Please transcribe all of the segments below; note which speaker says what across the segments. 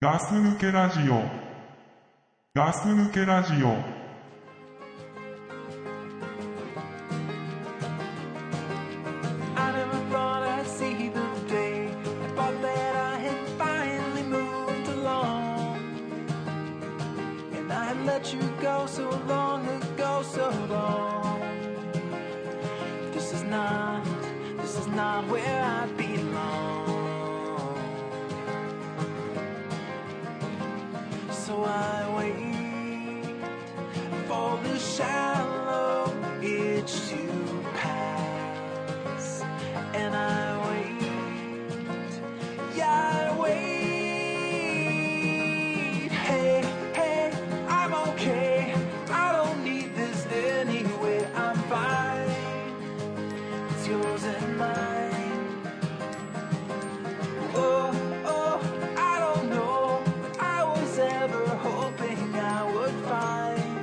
Speaker 1: ガス抜けラジオ。ガス抜けラジオ。
Speaker 2: I never thought I'd see the day. I thought that I had finally moved along. And I had let you go so long ago, so long. This is not, this is not where I belong. So I wait for the shallow itch to pass and I wait. Yeah, I wait. Hey, hey, I'm okay. I don't need this anyway. I'm fine. It's yours and mine. Oh, oh, I don't know. I was ever hoping I would find.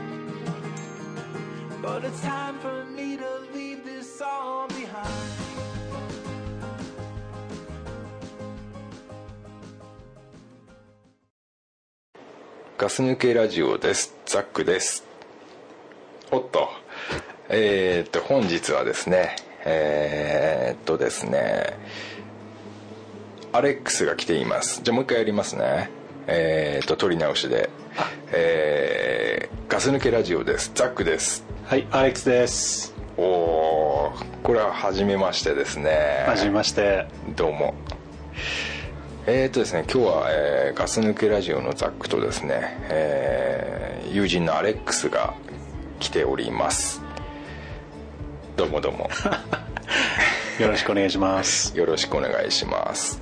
Speaker 2: But it's time for me to leave this all behind.
Speaker 3: ガス抜けラジオです。ザックです。おっと、えーっと、本日はですね、えーっとですね、アレックスが来ています。じゃあもう一回やりますね。えーっと、取り直しで。えーガス抜けラジオです。ザックです。
Speaker 4: はい、アレックスです。
Speaker 3: おー、これは初めましてですね。
Speaker 4: はじめまして。
Speaker 3: どうも。えー、とですね、今日は、えーガス抜けラジオのザックとですね、えー友人のアレックスが来ております。どうもどうも。
Speaker 4: よろしくお願いします。
Speaker 3: よろしくお願いします。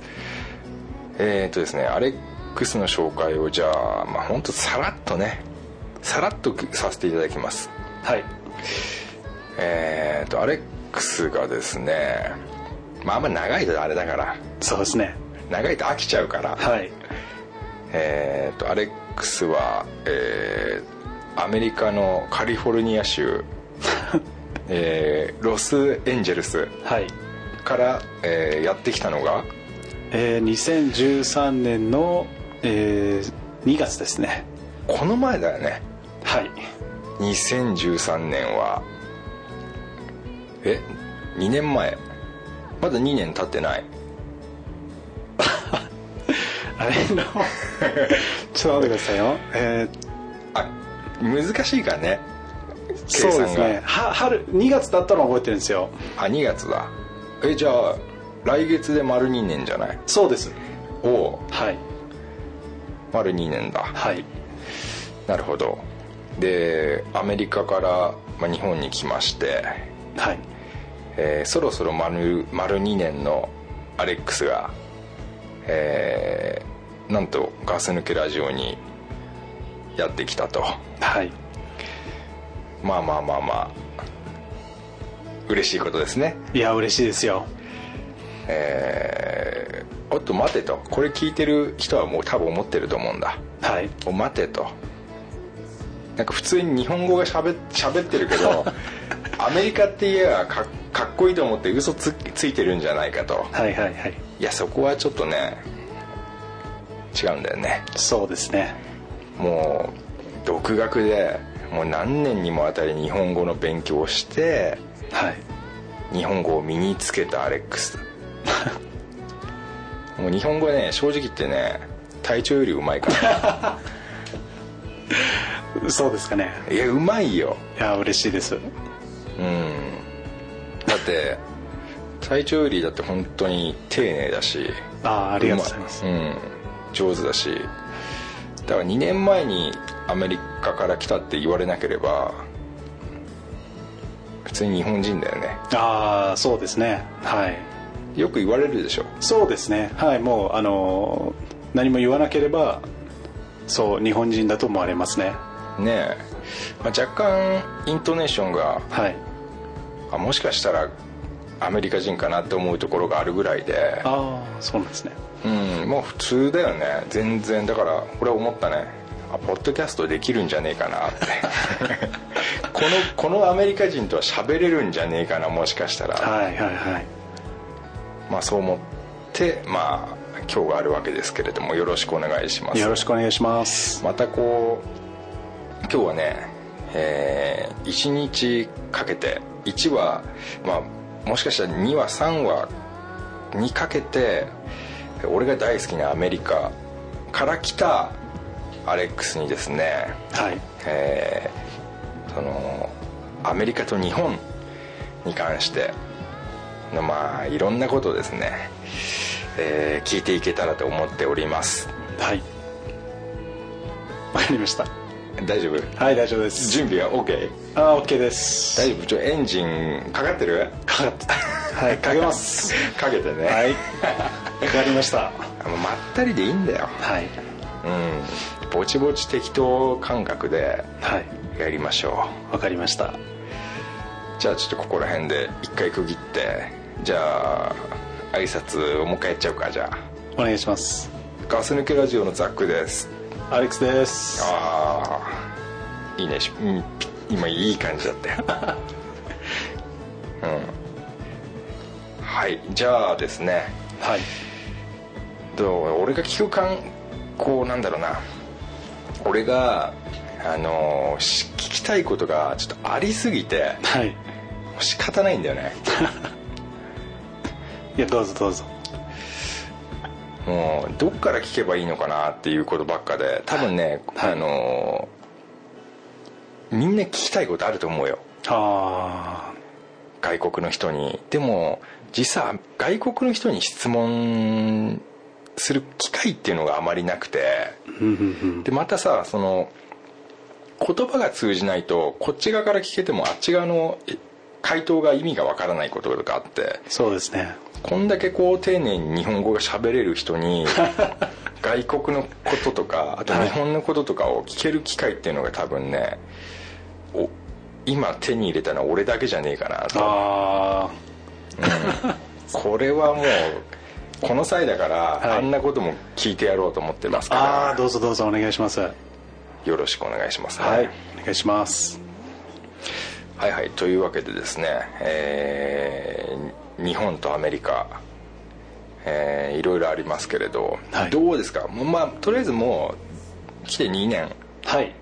Speaker 3: えー、とですね、アレックスの紹介をじゃあ、まあ、ほんとさらっとね、さらっとさせていただきます。
Speaker 4: はい。
Speaker 3: えー、と、アレックスがですね、まあ、あんま長いとあれだから、
Speaker 4: そうですね。
Speaker 3: 長いと飽きちゃう から、
Speaker 4: はい。
Speaker 3: えー、とアレックスは、えーアメリカのカリフォルニア 州、えーロスエンジェルス
Speaker 4: はい。
Speaker 3: から、えーやってきたのが
Speaker 4: えー、2013年の、えー2月ですね。
Speaker 3: この前だよね
Speaker 4: はい。
Speaker 3: 2013年はえ2年前まだ2年経ってない
Speaker 4: あれ の、ちょっと待ってくださいよ。えー
Speaker 3: あ難しいからね計算が
Speaker 4: そうですね。は、春、2月だったのは覚えてるんですよ。
Speaker 3: あ2月だえじゃあ来月で丸2年じゃない
Speaker 4: そうです。
Speaker 3: おおう
Speaker 4: はい。
Speaker 3: 丸2年 だ
Speaker 4: はい。
Speaker 3: なるほどでアメリカから、まあ、日本に来まして、
Speaker 4: はい。
Speaker 3: えーそろそろ丸丸2年のアレックスが、えーなんとガス抜けラジオにやってきたと
Speaker 4: はい。
Speaker 3: まあまあまあまあ嬉しいことですね
Speaker 4: いや、嬉しいですよ。
Speaker 3: えーおっと待てとこれ聞いてる人はもう多分思ってると思うんだ
Speaker 4: はい。
Speaker 3: お待てとなんか普通に日本語がしゃべ喋ってるけどアメリカって言えばかかっこいいと思って嘘つついてるんじゃないかと
Speaker 4: はいはいはい。
Speaker 3: いやそこはちょっとね違うんだよね
Speaker 4: そうですね。
Speaker 3: もう独学でもう何年にもわたり日本語の勉強をして
Speaker 4: はい。
Speaker 3: 日本語を身につけたアレックスもう日本語はね正直言ってね体調よりうまいから
Speaker 4: そうですかね。
Speaker 3: いやうまいよ
Speaker 4: いや、嬉しいです。
Speaker 3: だって体調よりだって本当に丁寧だし
Speaker 4: あーありがとうございます
Speaker 3: うまうん、上手だしだから2年前にアメリカから来たって言われなければ普通に日本人だよね
Speaker 4: ああ、そうですね。はい。
Speaker 3: よく言われるでしょ
Speaker 4: そうですねはいもうあのー何も言わなければそう日本人だと思われますね
Speaker 3: ねえ、まあ、若干イントネーションが
Speaker 4: はい
Speaker 3: あもしかしたらアメリカ人かなって思うところがあるぐらいで、
Speaker 4: ああそうなんですね
Speaker 3: うん、もう普通だよね全然だから俺は思ったねあポッドキャストできるんじゃねえかなって このこのアメリカ人とは喋れるんじゃねえかなもしかしたら、
Speaker 4: はいはいはい
Speaker 3: まあそう思ってまあ今日があるわけですけれどもよろしくお願いします
Speaker 4: よろしくお願いします
Speaker 3: またこう今日はね、え1日かけて1話、まあ、もしかしたら2話3話にかけて俺が大好きなアメリカから来たアレックスにですね、
Speaker 4: はい
Speaker 3: えーそのアメリカと日本に関してのまあいろんなことをですね、えー聞いていけたらと思っております
Speaker 4: はいわかりました
Speaker 3: 大丈夫
Speaker 4: はい大丈夫です
Speaker 3: 準備は OK
Speaker 4: あー OK です
Speaker 3: 大丈夫ちょエンジンかかってる
Speaker 4: かかったはいかけます
Speaker 3: かけてね、
Speaker 4: はいわかりました
Speaker 3: あのまったりでいいんだよ
Speaker 4: はい
Speaker 3: うんぼちぼち適当感覚で
Speaker 4: はい
Speaker 3: やりましょ
Speaker 4: わかりました
Speaker 3: うじゃあちょっとここら辺で一回区切ってじゃあ挨拶をもう一回やっちゃうかじゃあ
Speaker 4: お願いします
Speaker 3: ガス抜けラジオのザックです
Speaker 4: アレックスです
Speaker 3: ああいいねしうんピ今いい感じだったよ うんはいじゃあですね
Speaker 4: はい
Speaker 3: どう俺が聞く感こうなんだろうな俺があのーし聞きたいことがちょっとありすぎて
Speaker 4: はい
Speaker 3: もう仕方ないんだよね
Speaker 4: いやどうぞどうぞ
Speaker 3: もうどっから聞けばいいのかなっていうことばっかで多分ね、
Speaker 4: はい
Speaker 3: あのーみんな聞きたいことあると思うよ
Speaker 4: あ
Speaker 3: 外国の人にでも実は外国の人に質問する機会っていうのがあまりなくて
Speaker 4: あうんうん
Speaker 3: でまたさその言葉が通じないとこっち側から聞けてもあっち側のえ回答が意味がわからないこととかあって
Speaker 4: そうですね
Speaker 3: こんだけこう丁寧に日本語が喋れる人 に外国のこととかあと
Speaker 4: はい
Speaker 3: 日本のこととかを聞ける機会っていうのが多分ねお今手に入れたのは俺だけじゃねえかなと
Speaker 4: あ
Speaker 3: これはもうこの際だから、
Speaker 4: い
Speaker 3: あんなことも聞いてやろうと思ってます
Speaker 4: あああ
Speaker 3: か
Speaker 4: どうぞどうぞお願いしますは
Speaker 3: らよろしくお願いします、
Speaker 4: いお願いします
Speaker 3: はいはいというわけでですね、えー日本とアメリカ、えーいろいろありますけれど、
Speaker 4: はい
Speaker 3: どうですか、もうまあ、とりあえずもう来て2年
Speaker 4: はい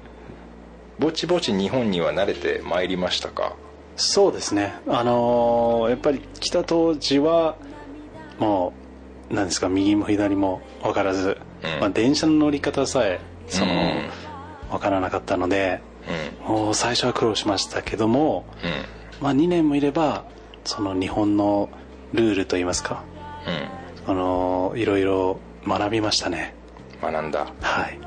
Speaker 3: ぼちぼち日本には慣れてまいりましたか
Speaker 4: そうですねあのーやっぱり来た当時はもう何ですか右も左も分からず、
Speaker 3: うん
Speaker 4: まあ、電車の乗り方さえその、
Speaker 3: うん
Speaker 4: 分からなかったので
Speaker 3: うん
Speaker 4: もう最初は苦労しましたけども、
Speaker 3: うん
Speaker 4: まあ、2年もいればその日本のルールといいますかあのーいろいろ学びましたね
Speaker 3: うん学んだ
Speaker 4: はい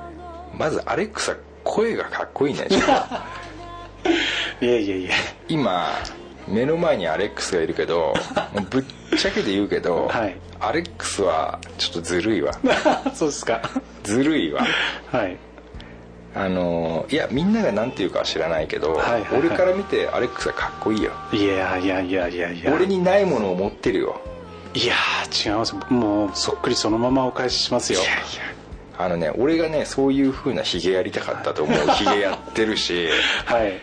Speaker 3: まずアレックサ声がかっこいいねちょっと
Speaker 4: いえいえいえ
Speaker 3: 今目の前にアレックスがいるけ どもうぶっちゃけて言うけど、
Speaker 4: はい
Speaker 3: アレックスはちょっとずるいわ
Speaker 4: そうですか
Speaker 3: ずるいわ
Speaker 4: はい
Speaker 3: あのいやみんなが何て言うかは知らないけど、
Speaker 4: はいはいはい
Speaker 3: 俺から見てアレックスはかっこいいよ
Speaker 4: いやいやいやいやいや
Speaker 3: 俺にないものを持ってるよ
Speaker 4: いやー違いますもうそっくりそのままお返ししますよ
Speaker 3: あのね俺がねそういう風なヒゲやりたかったと思 うヒゲやってるし
Speaker 4: はい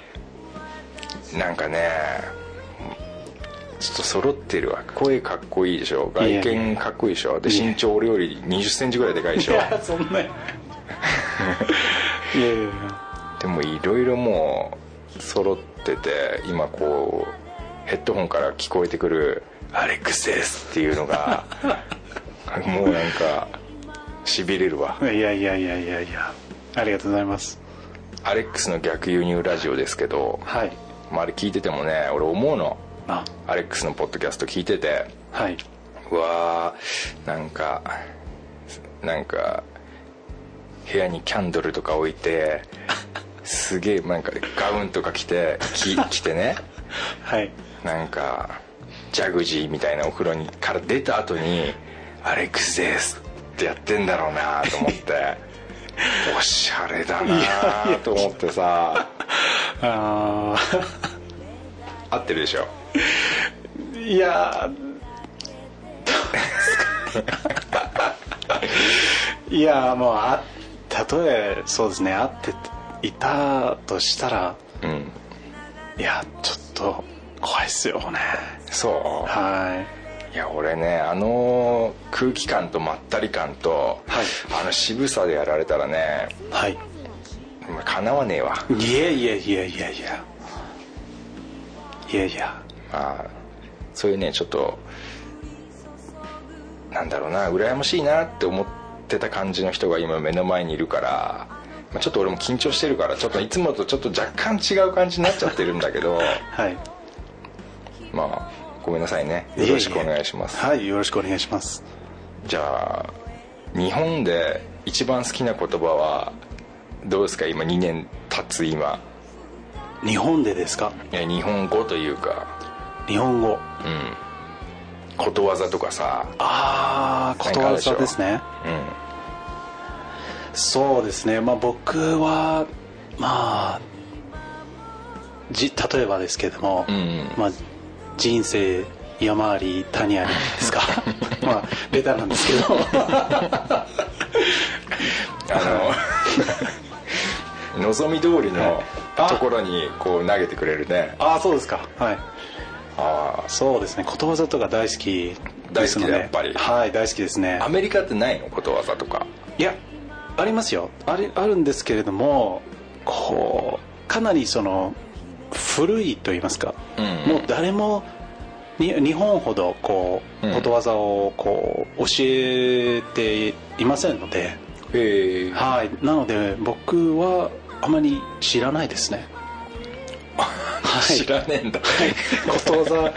Speaker 3: なんかねちょっと揃ってるわ声かっこいいでしょ外
Speaker 4: いやい
Speaker 3: 見かっこいいでしょで
Speaker 4: いや
Speaker 3: 身長俺より2 0ンチぐらいでかいでし
Speaker 4: い
Speaker 3: ょ
Speaker 4: やそんないやいやいや
Speaker 3: でもいろいろもう揃ってて今こうヘッドホンから聞こえてくる「アレックスです」っていうのがもうなんかしびれるわ
Speaker 4: いやいやいやいやいやありがとうございます
Speaker 3: アレックスの逆輸入ラジオですけど、
Speaker 4: はい
Speaker 3: まあ、あれ聞いててもね俺思うの
Speaker 4: あ
Speaker 3: アレックスのポッドキャスト聞いてて
Speaker 4: はいう
Speaker 3: わーなんかなんか部屋にキャンドルとか置いてすげえなんかガウンとか着てき着てね
Speaker 4: はい
Speaker 3: なんかジャグジーみたいなお風呂にから出た後に「アレックスです」ってやってんだろうなと思って おしゃれだなと思ってさ
Speaker 4: ああ
Speaker 3: 合ってるでしょ
Speaker 4: いやーいやーもうあたとえそうですね会っていたとしたら
Speaker 3: うん
Speaker 4: いやちょっと怖いっすよね
Speaker 3: そ
Speaker 4: はいう
Speaker 3: いや俺ねあの空気感とまったり感と、
Speaker 4: はい
Speaker 3: あの渋さでやられたらね
Speaker 4: はい
Speaker 3: まあかなわねえわ
Speaker 4: いやいやいやいやいやいやいや
Speaker 3: まあそういうねちょっとなんだろうな羨ましいなって思ってた感じの人が今目の前にいるから、まあ、ちょっと俺も緊張してるからちょっといつもとちょっと若干違う感じになっちゃってるんだけど
Speaker 4: はい
Speaker 3: まあごめんなさいねよろしくお願いします
Speaker 4: ややはいよろしくお願いします
Speaker 3: じゃあ日本で一番好きな言葉はどうですか今2年経つ今
Speaker 4: 日本でですか
Speaker 3: いや日本語というか
Speaker 4: 日本語
Speaker 3: ことわざとかさ
Speaker 4: ああことわざですね
Speaker 3: う
Speaker 4: そうですねまあ僕はまあじ例えばですけども、
Speaker 3: んうん
Speaker 4: まあ、人生山あり谷ありで すか まあベタなんですけど
Speaker 3: あの 望み通りの
Speaker 4: あ
Speaker 3: ところにこう投げてくれるね
Speaker 4: ああそうですかはい
Speaker 3: あ
Speaker 4: そうですねことわざとか大好きですの
Speaker 3: 大好き
Speaker 4: で
Speaker 3: だやっぱり
Speaker 4: はい大好きですね
Speaker 3: ーアメリカってないのことわざとか
Speaker 4: いやありますよあれあるんですけれどもこうかなりその古いと言いますか、
Speaker 3: うん
Speaker 4: もう誰もに日本ほどこ
Speaker 3: う
Speaker 4: うんことわざをこう教えていませんので、
Speaker 3: へえ
Speaker 4: はいなので僕はあまり知らないですねはい
Speaker 3: 知らねえんだ
Speaker 4: ことわざ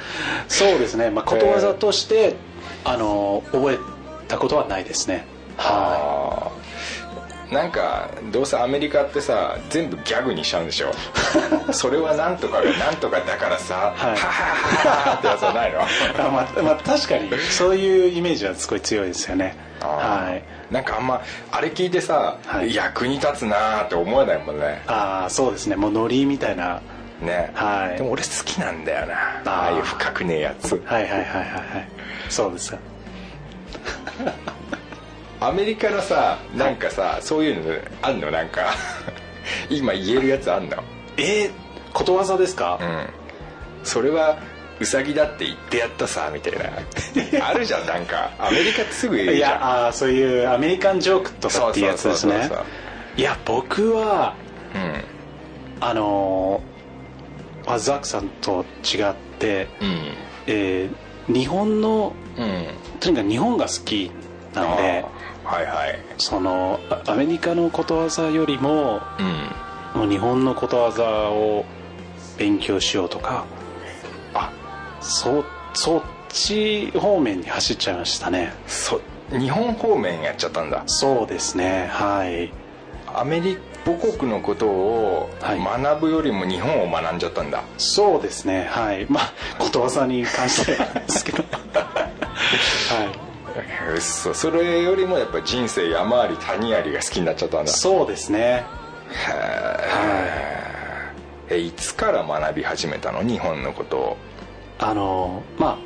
Speaker 4: そうですね、まあ、ことわざとして、あの覚えたことはないですね
Speaker 3: あ
Speaker 4: は
Speaker 3: ーなんかどうせアメリカってさ全部ギャグにしちゃうんでし ょそれはなんとかがなんとかだからさ「
Speaker 4: はい
Speaker 3: ははははってやつは ないの
Speaker 4: いあまあまあ確かにそういうイメージはすごい強いですよね
Speaker 3: あー
Speaker 4: はい
Speaker 3: なんかあんまあれ聞いてさ、
Speaker 4: はい
Speaker 3: 役に立つなーって思わないもんね
Speaker 4: ああそうですねもうノリみたいな
Speaker 3: ね、
Speaker 4: はい
Speaker 3: でも俺好きなんだよな
Speaker 4: ー
Speaker 3: ああいう深くねえやつ
Speaker 4: はいはいはいはいはいそうですか
Speaker 3: アメリカのさなんかさ、そういうのあんのなんか 今言えるやつあんの
Speaker 4: えー、ことわざですか、
Speaker 3: うんそれはウサギだって言ってやったさみたい なあるじゃんなんかアメリカってすぐ言える
Speaker 4: い
Speaker 3: じゃん
Speaker 4: やあーそういうアメリカンジョークとかっていうやつです
Speaker 3: そう
Speaker 4: ね
Speaker 3: そうそうそう
Speaker 4: いや僕はあのーまあザックさんと違って、えー日本の
Speaker 3: うんうんうん
Speaker 4: とにかく日本が好きなので
Speaker 3: あーはいはい
Speaker 4: そのあアメリカのことわざよりも
Speaker 3: うん
Speaker 4: もう日本のことわざを勉強しようとか
Speaker 3: あ
Speaker 4: そそっち方面に走っちゃいましたね
Speaker 3: そ日本方面やっちゃったんだ
Speaker 4: そうですねはい
Speaker 3: アメリカ母国のことを
Speaker 4: はい
Speaker 3: 学ぶよりも日本を学んじゃったんだ、
Speaker 4: そうですねはいまあことわざに関してはなんですけ どはい
Speaker 3: えーそそれよりもやっぱ人生山あり谷ありが好きになっちゃったんだ
Speaker 4: そうですねはい
Speaker 3: えいつから学び始めたの日本のことを
Speaker 4: あのまあ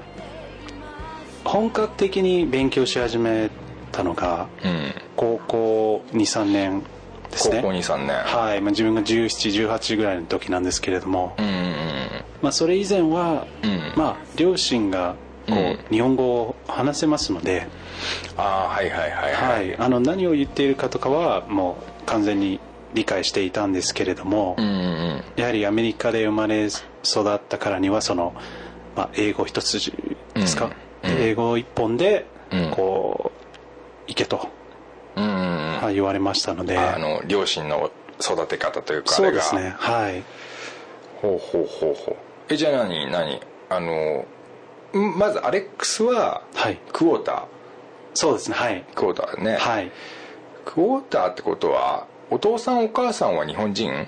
Speaker 4: 本格的に勉強し始めたのが
Speaker 3: うん
Speaker 4: 高校23年です
Speaker 3: 高
Speaker 4: ね
Speaker 3: 校23年、
Speaker 4: はい、まあ、自分が1718ぐらいの時なんですけれども、
Speaker 3: うん
Speaker 4: まあ、それ以前は、
Speaker 3: うん
Speaker 4: まあ、両親がこう、
Speaker 3: うん
Speaker 4: 日本語を話せますので、
Speaker 3: ああはいはいはい
Speaker 4: は、
Speaker 3: はい
Speaker 4: あの何を言っているかとかはもう完全に理解していたんですけれども、
Speaker 3: うんうん
Speaker 4: やはりアメリカで生まれ育ったからにはその、まあ、英語一筋ですか、
Speaker 3: うんうん
Speaker 4: 英語一本で
Speaker 3: うん
Speaker 4: こう、いけと
Speaker 3: うんうんうん
Speaker 4: はい言われましたので、
Speaker 3: あの両親の育て方というかあ
Speaker 4: そう
Speaker 3: れ
Speaker 4: で
Speaker 3: が
Speaker 4: すねはい
Speaker 3: ほうほうほうほうえじゃあ何何あのんまずアレックスは
Speaker 4: はい
Speaker 3: クォーター
Speaker 4: そうですねはい
Speaker 3: クォーターだね、
Speaker 4: はい
Speaker 3: クォーターってことはお父さんお母さんは日本人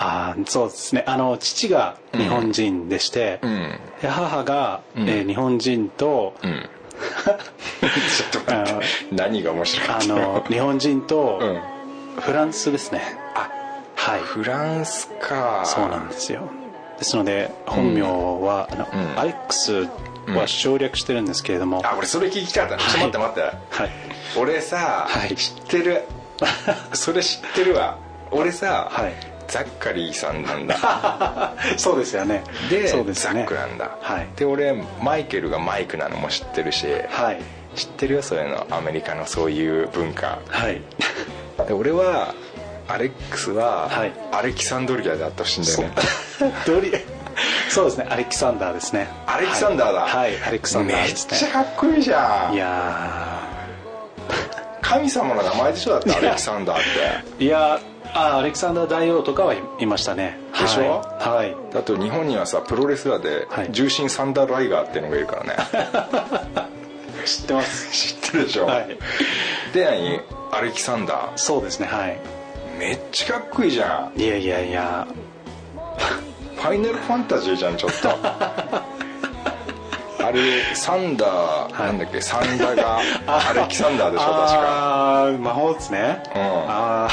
Speaker 4: あーそうですねあの父が日本人でして、
Speaker 3: うん
Speaker 4: で母が、
Speaker 3: ん
Speaker 4: えー日本人と、
Speaker 3: うんちょっと待って何が面白か
Speaker 4: あ
Speaker 3: った
Speaker 4: の日本人と、
Speaker 3: うん
Speaker 4: フランスですねはい
Speaker 3: フランスか
Speaker 4: そうなんですよですので本名は、あの
Speaker 3: うん
Speaker 4: アレックスは省略してるんですけれども、
Speaker 3: あ 俺それ聞きたかったちょっと待って待って
Speaker 4: はい
Speaker 3: 俺さ、
Speaker 4: はい
Speaker 3: 知ってるそれ知ってるわ俺さ、
Speaker 4: はい
Speaker 3: ザッカリーさんなん だ
Speaker 4: そうですよね
Speaker 3: で
Speaker 4: そうです
Speaker 3: ザ
Speaker 4: ね
Speaker 3: ックなんだ、
Speaker 4: はい
Speaker 3: で俺マイケルがマイクなのも知ってるし
Speaker 4: はい
Speaker 3: 知ってるよそういうのアメリカのそういう文化
Speaker 4: はい
Speaker 3: で俺はアレックスは
Speaker 4: はい
Speaker 3: アレキサンドリアであってほしいんだよね、
Speaker 4: ドリそうですねアレキサンダーですね
Speaker 3: アレキサンダーだ
Speaker 4: はい、はいアレキサンダ
Speaker 3: め
Speaker 4: ーで
Speaker 3: っ
Speaker 4: す
Speaker 3: ちゃ
Speaker 4: ね
Speaker 3: かっこいいじゃん
Speaker 4: いや
Speaker 3: 神様の名前でしょだってアレキサンダーっ
Speaker 4: ーいやーあーアレキサンダー大王とかはいいましたね
Speaker 3: でしょ
Speaker 4: はい、は
Speaker 3: てあと日本にはさプロレスラーで
Speaker 4: はい
Speaker 3: 重心サンダーライガーっていうのがいるからね
Speaker 4: い知ってま す
Speaker 3: 知ってるでしょ、
Speaker 4: はい
Speaker 3: で何アレキサンダー
Speaker 4: そうですねはい
Speaker 3: めっちゃかっこいいじゃん
Speaker 4: いやいやいや
Speaker 3: ファイナルファンタジーじゃんちょっ とあれサンダー、
Speaker 4: はい
Speaker 3: なんだっけサンダ がアレキサンダーでしょ確か
Speaker 4: ああ魔法ですね、
Speaker 3: うん
Speaker 4: あ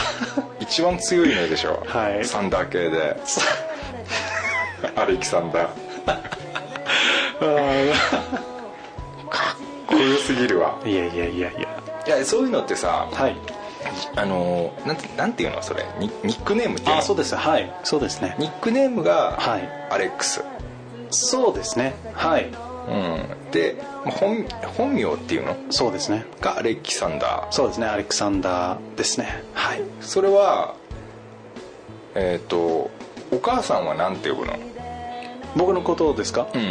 Speaker 3: 一番強いのでしょ、
Speaker 4: はい
Speaker 3: サンダー系でアレキサンダーかっこよすぎるわ
Speaker 4: あいやいやいやいや
Speaker 3: いやそういうのってさ
Speaker 4: はい
Speaker 3: あのなんてなんていうのそれニニックネームっていう
Speaker 4: あ
Speaker 3: の
Speaker 4: ーそうですはいそうですね
Speaker 3: ニックネームが
Speaker 4: はい
Speaker 3: アレックス、
Speaker 4: そうですねはい
Speaker 3: うん、でまあ本本名っていうの
Speaker 4: そうですね
Speaker 3: がアレキサンダー
Speaker 4: そうですねアレクサンダーですねはい
Speaker 3: それはえっ、とお母さんはなんて呼ぶの
Speaker 4: 僕のことですか、
Speaker 3: うん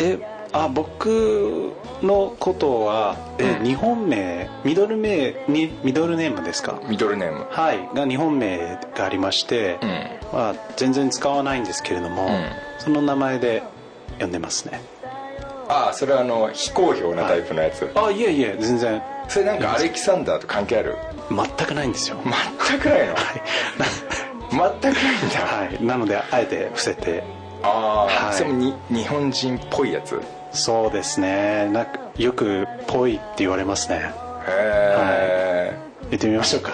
Speaker 4: えあ僕のことは、え
Speaker 3: うん
Speaker 4: 日本名ミドル名にミドルネームですか
Speaker 3: ミドルネーム
Speaker 4: はいが日本名がありまして、
Speaker 3: うん
Speaker 4: まあ、全然使わないんですけれども、
Speaker 3: ん
Speaker 4: その名前で呼んでますね
Speaker 3: ああそれはあの非公表なタイプのやつ、
Speaker 4: あいえいえ全然
Speaker 3: それなんかアレキサンダーと関係ある
Speaker 4: 全くないんですよ
Speaker 3: 全くないの全くないんだ、
Speaker 4: はい なのであえて伏せて
Speaker 3: ああ、
Speaker 4: はい
Speaker 3: それもに日本人っぽいやつへ
Speaker 4: そうですねなんかよく「ぽい」って言われますね
Speaker 3: え、
Speaker 4: 言ってみましょうか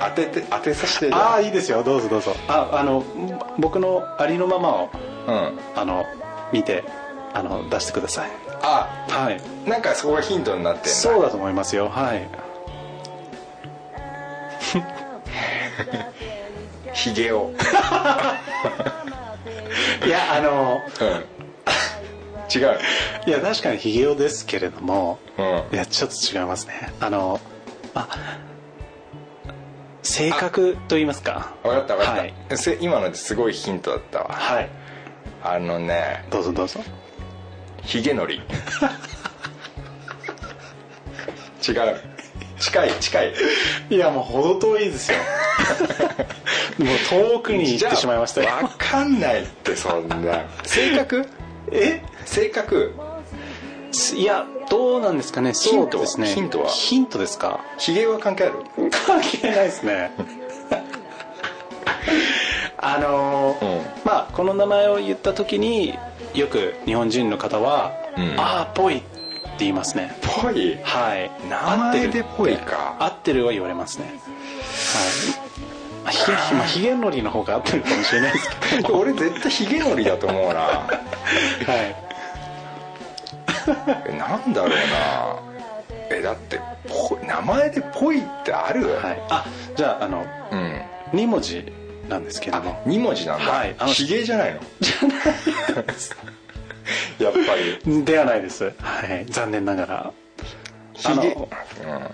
Speaker 3: 当てて当てさせてじ
Speaker 4: あ
Speaker 3: ゃ
Speaker 4: あいいですよどうぞどうぞああの僕のありのままを
Speaker 3: あうん
Speaker 4: あの見てあの出してください
Speaker 3: あ
Speaker 4: はい
Speaker 3: なんかそこがヒントになってんだ
Speaker 4: そうだと思いますよはい
Speaker 3: ヒゲを
Speaker 4: いやあの
Speaker 3: うん違う
Speaker 4: いや確かにヒゲ男ですけれども
Speaker 3: うん
Speaker 4: いやちょっと違いますねあのあ性格と言いますか
Speaker 3: 分かった分かった、
Speaker 4: はい
Speaker 3: せ今のですごいヒントだったわ
Speaker 4: はい
Speaker 3: あのね
Speaker 4: どうぞどうぞ
Speaker 3: ヒゲ のり違う近い近い
Speaker 4: いやもう程遠い ですよもう遠くに行ってしまいましたよ
Speaker 3: 分かんないってそんな性格
Speaker 4: え
Speaker 3: 性格
Speaker 4: いやどうなんですかね
Speaker 3: ヒントは
Speaker 4: そうですね
Speaker 3: ヒントは
Speaker 4: ヒントですか
Speaker 3: ヒゲは関係ある
Speaker 4: 関係ないですねあのー
Speaker 3: うん
Speaker 4: まあこの名前を言った時によく日本人の方は「
Speaker 3: うん
Speaker 4: ああぽい」って言いますね
Speaker 3: ぽい
Speaker 4: はい
Speaker 3: 名前でぽいか
Speaker 4: 合ってるは言われますねはいまあひげまあひげのりの方が合ってるかもしれないですけど
Speaker 3: 俺絶対ヒゲのりだと思うな
Speaker 4: はい
Speaker 3: えなんだろうなえだってぽ名前でぽいってある、
Speaker 4: はい、あじゃああの
Speaker 3: うん
Speaker 4: 2文字なんですけども
Speaker 3: 2文字なんだ、
Speaker 4: はいあの
Speaker 3: ヒゲじゃないのじゃないやっぱり
Speaker 4: ではないです、はい、残念ながら
Speaker 3: ヒゲ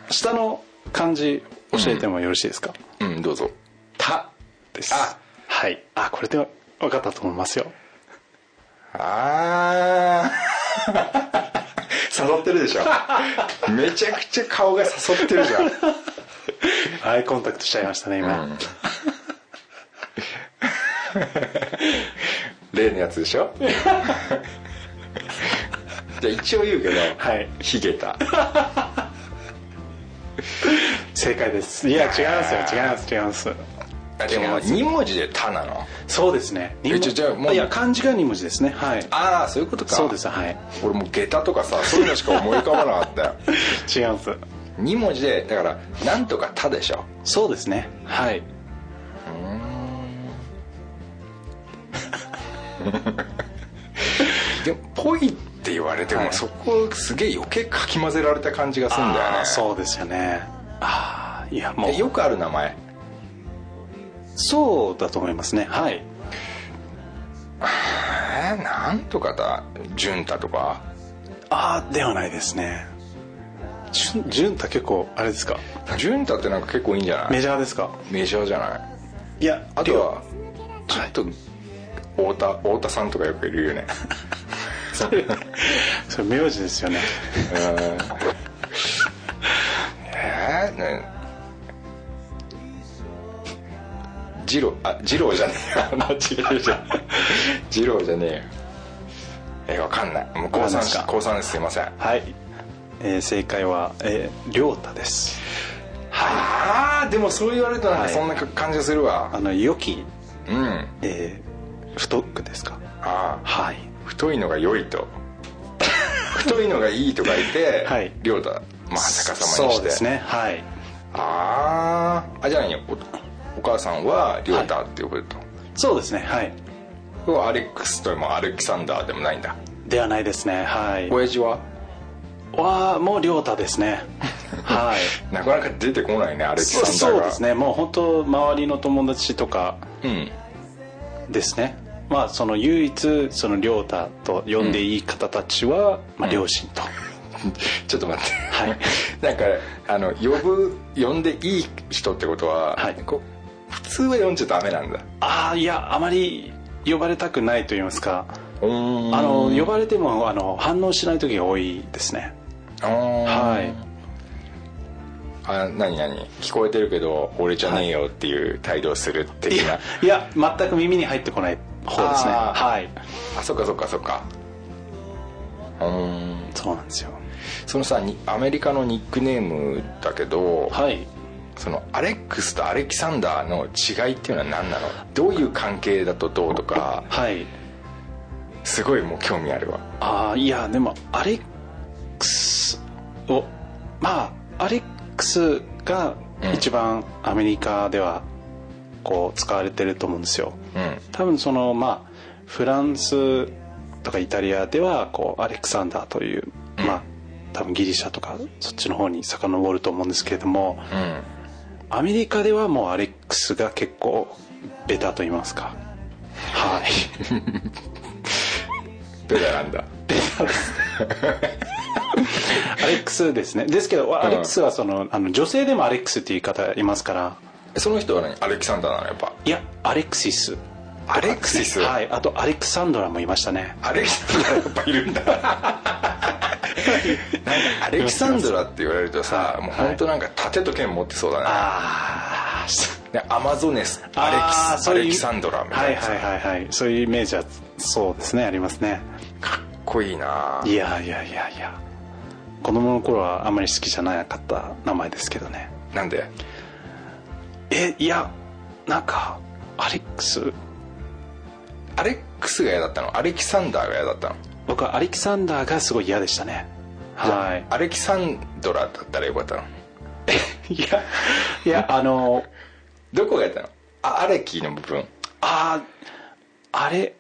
Speaker 4: 下の漢字教えてもよろしいですか「
Speaker 3: うん、うん、どうぞ
Speaker 4: た」です
Speaker 3: あ
Speaker 4: はいあこれで分かったと思いますよ
Speaker 3: あー誘ってるでしょめちゃくちゃ顔が誘ってるじゃん、
Speaker 4: アイコンタクトしちゃいましたね今、
Speaker 3: うん例のやつでし ょじゃあ一応言うけど
Speaker 4: はい
Speaker 3: ヒゲタ
Speaker 4: 正解ですいや違いますよ違います違います
Speaker 3: あでも2文字で「タ」なの
Speaker 4: そうですね二文字
Speaker 3: えじゃあもう
Speaker 4: いや漢字が2文字ですねはい
Speaker 3: ああそういうことか
Speaker 4: そうですはい
Speaker 3: 俺もう下駄とかさそういうのしか思い浮かばなか ったよ
Speaker 4: 違います
Speaker 3: 2文字でだから「なんとかた」でしょ
Speaker 4: そうですねはい
Speaker 3: でも「ぽい」って言われても、
Speaker 4: はい
Speaker 3: そこすげえ余計かき混ぜられた感じがするんだよ
Speaker 4: あ
Speaker 3: ね
Speaker 4: ーそうですよねああいやもう
Speaker 3: えよくある名前
Speaker 4: そうだと思いますねはい
Speaker 3: えー、なんとかだ潤太とか
Speaker 4: ああではないですねじゅんじゅんた結構あれですか
Speaker 3: 潤太ってなんか結構いいんじゃない
Speaker 4: メジャーですか
Speaker 3: メジャーじゃない
Speaker 4: いや
Speaker 3: あとはちょっと太田太田さんとかよくいるよね
Speaker 4: それそれ名字ですよね
Speaker 3: うんえー、ねジロあジローじゃねえよ違う違うジローじゃねえよえーわかんないもう高
Speaker 4: わかんない
Speaker 3: 三
Speaker 4: ですか
Speaker 3: 高三ですすいません
Speaker 4: はい、えー正解は、えー、りょうたです
Speaker 3: ああでもそう言われるとなんか
Speaker 4: はい
Speaker 3: そんな感じがするわ、
Speaker 4: あの良き、
Speaker 3: うん
Speaker 4: えー、太くですか
Speaker 3: ああ
Speaker 4: はい
Speaker 3: 太いのが良いと太いのがいいと書いて、
Speaker 4: はい
Speaker 3: 亮太まあ逆さまにして
Speaker 4: そうですねはい
Speaker 3: あーあじゃないよおお母さんは亮太って呼ぶと、
Speaker 4: そうですねはい
Speaker 3: 要はアレックスともアレキサンダーでもないんだ
Speaker 4: ではないですねはい
Speaker 3: 親父は
Speaker 4: わあもうりょうたで すねはい
Speaker 3: なかなか出てこないねアレキ
Speaker 4: そう
Speaker 3: サンダ
Speaker 4: そ
Speaker 3: ー
Speaker 4: う
Speaker 3: が
Speaker 4: ですねもう本当周りの友達とか
Speaker 3: うん
Speaker 4: ですねまあその唯一その亮太と呼んでいい方たちは、まあ、両親と、
Speaker 3: ちょっと待って
Speaker 4: はい
Speaker 3: なんかあの呼ぶ呼んでいい人ってことは、
Speaker 4: はい
Speaker 3: こう普通は呼んじゃダメなんだ
Speaker 4: ああいやあまり呼ばれたくないと言いますか
Speaker 3: うーん
Speaker 4: あの呼ばれてもあの反応しない時が多いですねは
Speaker 3: はいあ何何聞こえてるけど俺じゃねえよっていう態度をする
Speaker 4: い
Speaker 3: 的な、
Speaker 4: やいや全く耳に入ってこない方ですね
Speaker 3: あー
Speaker 4: はい
Speaker 3: あそっかそっかそっかうーん
Speaker 4: そうなんですよ
Speaker 3: そのさにアメリカのニックネームだけど、
Speaker 4: はい
Speaker 3: そのアレックスとアレキサンダーの違いっていうのは何なのどういう関係だとどうとか
Speaker 4: はい
Speaker 3: すごいもう興味あるわ
Speaker 4: ああいやでもアレックスをまあアレックスが
Speaker 3: うん
Speaker 4: 一番アメリカではこう使われてると思うんですよ
Speaker 3: うん
Speaker 4: 多分そのまあフランスとかイタリアではこうアレクサンダーという、
Speaker 3: うん
Speaker 4: まあ多分ギリシャとかそっちの方に遡ると思うんですけれども
Speaker 3: うん
Speaker 4: アメリカではもうアレックスが結構ベタと言いますか はい
Speaker 3: どうやなんだ
Speaker 4: アレックスですねですけどアレックスはそのあの女性でもアレックスっていう言い方いますから
Speaker 3: その人は何アレキサンダーなのやっぱ
Speaker 4: いやアレクシス
Speaker 3: アレクシス、
Speaker 4: はいあとアレクサンドラもいましたね
Speaker 3: アレキサンドラやっぱいるん だなんかアレキサンドラって言われるとさ、
Speaker 4: はい
Speaker 3: もう本当なんか盾と剣持ってそうだね、
Speaker 4: ああ
Speaker 3: ねアマゾネスア
Speaker 4: あ
Speaker 3: レ
Speaker 4: ー
Speaker 3: キス
Speaker 4: そう
Speaker 3: ア
Speaker 4: いう
Speaker 3: レキサンドラみ
Speaker 4: は
Speaker 3: たい
Speaker 4: い
Speaker 3: な、
Speaker 4: はいはいはいそういうイメージはそうですねありますね
Speaker 3: かっこいいない
Speaker 4: やいやいやいや子供の頃はあまり好きじゃなかった名前ですけどね
Speaker 3: なんで
Speaker 4: えいやなんかアレックス
Speaker 3: アレックスが嫌だったのアレキサンダーが嫌だったの
Speaker 4: 僕はアレキサンダーがすごい嫌でしたねはい
Speaker 3: アレキサンドラだったらよかったの
Speaker 4: いやいやあの
Speaker 3: どこがやったのあアレキの部分
Speaker 4: ああれ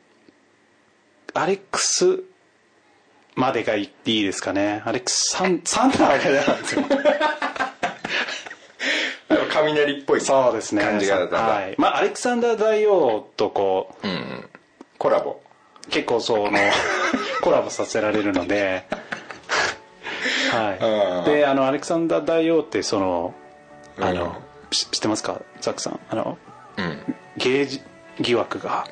Speaker 4: アレックスまでが言っていいですかねアレックスサンサンダーが嫌なんですよ
Speaker 3: やっぱ雷っぽい
Speaker 4: そうですね
Speaker 3: 感じが嫌だったんだ、
Speaker 4: はいまあアレクサンダー大王とこう、
Speaker 3: コラボ
Speaker 4: 結構そ のコラボさせられるのでは
Speaker 3: うん
Speaker 4: いであのアレクサンダー大王ってそのあの、
Speaker 3: うん
Speaker 4: し知ってますかザックさんあの
Speaker 3: うん
Speaker 4: ゲージ疑惑が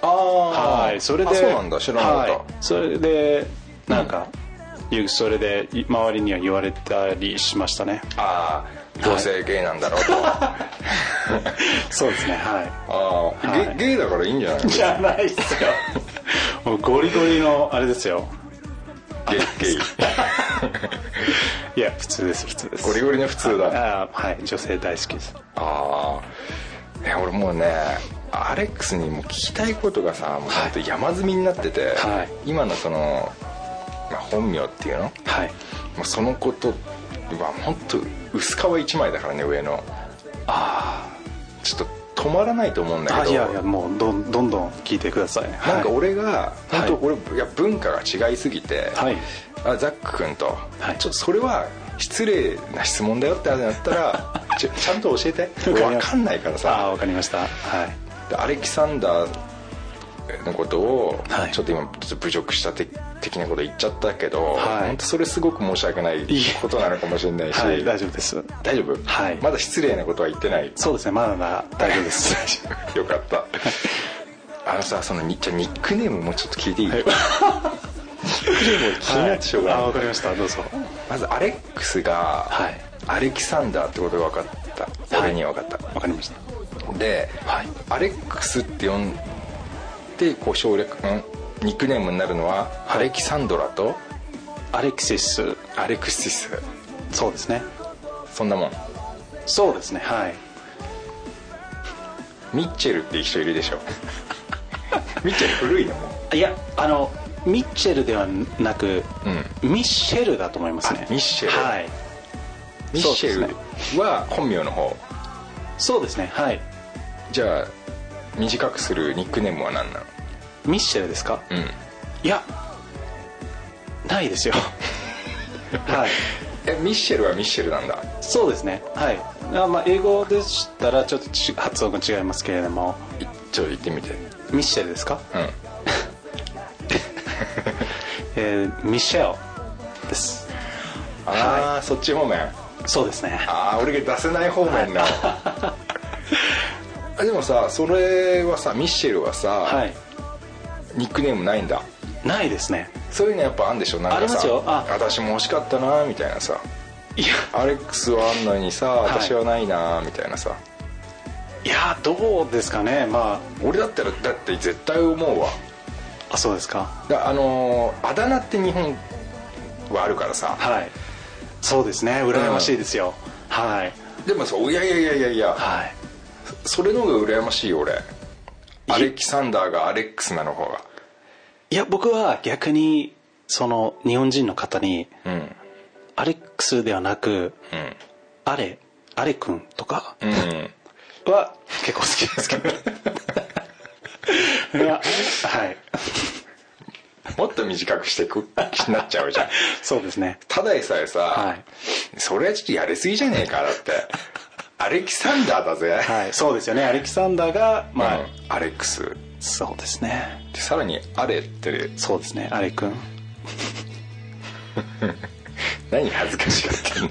Speaker 3: ああ
Speaker 4: はいそれで
Speaker 3: そうなんだ知らなかった、
Speaker 4: はいそれでなんか、ゆそれでい周りには言われたりしましたね
Speaker 3: ああどうせゲイなんだろう と、
Speaker 4: そうですねは
Speaker 3: ああ、
Speaker 4: はい
Speaker 3: ゲゲイだからいい んじゃない
Speaker 4: いじゃないっすよ もうゴリゴリのあれですよ
Speaker 3: ゲゲイ
Speaker 4: いや普通です普通です
Speaker 3: ゴリゴリの普 通だ
Speaker 4: あーはい女性大好きです
Speaker 3: ああいや俺もうねアレックスにもう聞きたいことがさもう本当山積みになってて、
Speaker 4: はい
Speaker 3: 今のその、まあ、本名っていうのも
Speaker 4: はいう
Speaker 3: そのことは本当薄皮一枚だからね上の
Speaker 4: あ
Speaker 3: ちょっと止まらないと思うんだ
Speaker 4: あ
Speaker 3: け
Speaker 4: い
Speaker 3: ど
Speaker 4: やいやもうどんどんどん聞いてください
Speaker 3: なんか
Speaker 4: はい
Speaker 3: 俺が、
Speaker 4: はい
Speaker 3: 本当俺いや文化が違いすぎて、
Speaker 4: はい
Speaker 3: あザック君と、
Speaker 4: はい
Speaker 3: ちょっとそれは失礼な質問だよってなったらち
Speaker 4: ちゃんと教えて
Speaker 3: 分かんないから
Speaker 4: ああ
Speaker 3: さ
Speaker 4: 分かりましたはい
Speaker 3: でアレキサンダーのことを
Speaker 4: はい
Speaker 3: ちょっと今ちょっと侮辱したて的なこと言っちゃったけど、
Speaker 4: はい
Speaker 3: 本当それすごく申し訳ない
Speaker 4: い
Speaker 3: ことなのかもしれないし、
Speaker 4: はい大丈夫です
Speaker 3: 大丈夫、
Speaker 4: はい
Speaker 3: まだ失礼なことは言ってない
Speaker 4: そうですねまだまだ大丈夫です
Speaker 3: よかったあのさそのにじゃあニックネームもうちょっと聞いていい、
Speaker 4: はい
Speaker 3: ニックネーム気になってしょうがない、
Speaker 4: あ分かりましたどうぞ
Speaker 3: まずアレックスが、
Speaker 4: はい
Speaker 3: アレキサンダーってことが分かった、
Speaker 4: はい
Speaker 3: 俺には分かった
Speaker 4: 分かりました
Speaker 3: で、
Speaker 4: はい
Speaker 3: アレックスって呼んでこう省略んニックネームになるのは、アレキサンドラと
Speaker 4: アレクシス
Speaker 3: アレクシス
Speaker 4: そうですね
Speaker 3: そんなもん
Speaker 4: そうですねはい
Speaker 3: ミッチェルっていう人いるで しょミッチェル古いのもう
Speaker 4: いやあのミッチェルではなく、ミッシェルだと思います
Speaker 3: あ
Speaker 4: ね
Speaker 3: ミッシェル
Speaker 4: はい
Speaker 3: ミッシ
Speaker 4: そ
Speaker 3: ェ
Speaker 4: うですね
Speaker 3: ルは本名の方
Speaker 4: そうですねはい
Speaker 3: じゃあ短くするニックネームは何なの
Speaker 4: ミッシェルですか、
Speaker 3: うん
Speaker 4: いやないですよ はい
Speaker 3: えミッシェルはミッシェルなんだ
Speaker 4: そうですねはいあまあ英語でしたらちょっとち発音が違いますけれども
Speaker 3: いちょっと言ってみて
Speaker 4: ミッシェルですか、
Speaker 3: うん
Speaker 4: えーミシェルです
Speaker 3: ああ、そっち方面
Speaker 4: そうですね
Speaker 3: ああ俺が出せない方面な でもさそれはさミッシェルはさ、
Speaker 4: はい
Speaker 3: ニックネームないんだ
Speaker 4: ないですね
Speaker 3: そういうのやっぱあんでしょなんかさ
Speaker 4: ありますよあ
Speaker 3: 私も欲しかったなみたいなさ
Speaker 4: いや
Speaker 3: アレックスはあんのにさ
Speaker 4: い
Speaker 3: 私はないなみたいなさ、
Speaker 4: いやどうですかねま
Speaker 3: 俺だったらだって絶対思うわ
Speaker 4: ああそうですか
Speaker 3: だあのーあだ名って日本はあるからさ
Speaker 4: はいそうですね羨ましいですよ、はい
Speaker 3: でもさいやいやいやいやいや
Speaker 4: はい
Speaker 3: それの方が羨ましいよ俺アレキサンダーがアレックスなの方が
Speaker 4: いや僕は逆にその日本人の方に
Speaker 3: うんうん
Speaker 4: アレックスではなくアレアレ君とか
Speaker 3: うん
Speaker 4: は結構好きですけどいやはい
Speaker 3: もっと短くしてくなっちゃうじゃん
Speaker 4: そうですね
Speaker 3: ただでさえさ、
Speaker 4: はい
Speaker 3: それはちょっとやりすぎじゃねえかだってアレキサンダーだぜ、
Speaker 4: はいそうですよねアレキサンダーがまあ、
Speaker 3: うんアレックス
Speaker 4: そうですね
Speaker 3: でさらにアレって
Speaker 4: そうですねアレ君
Speaker 3: 何恥ずかしがってんの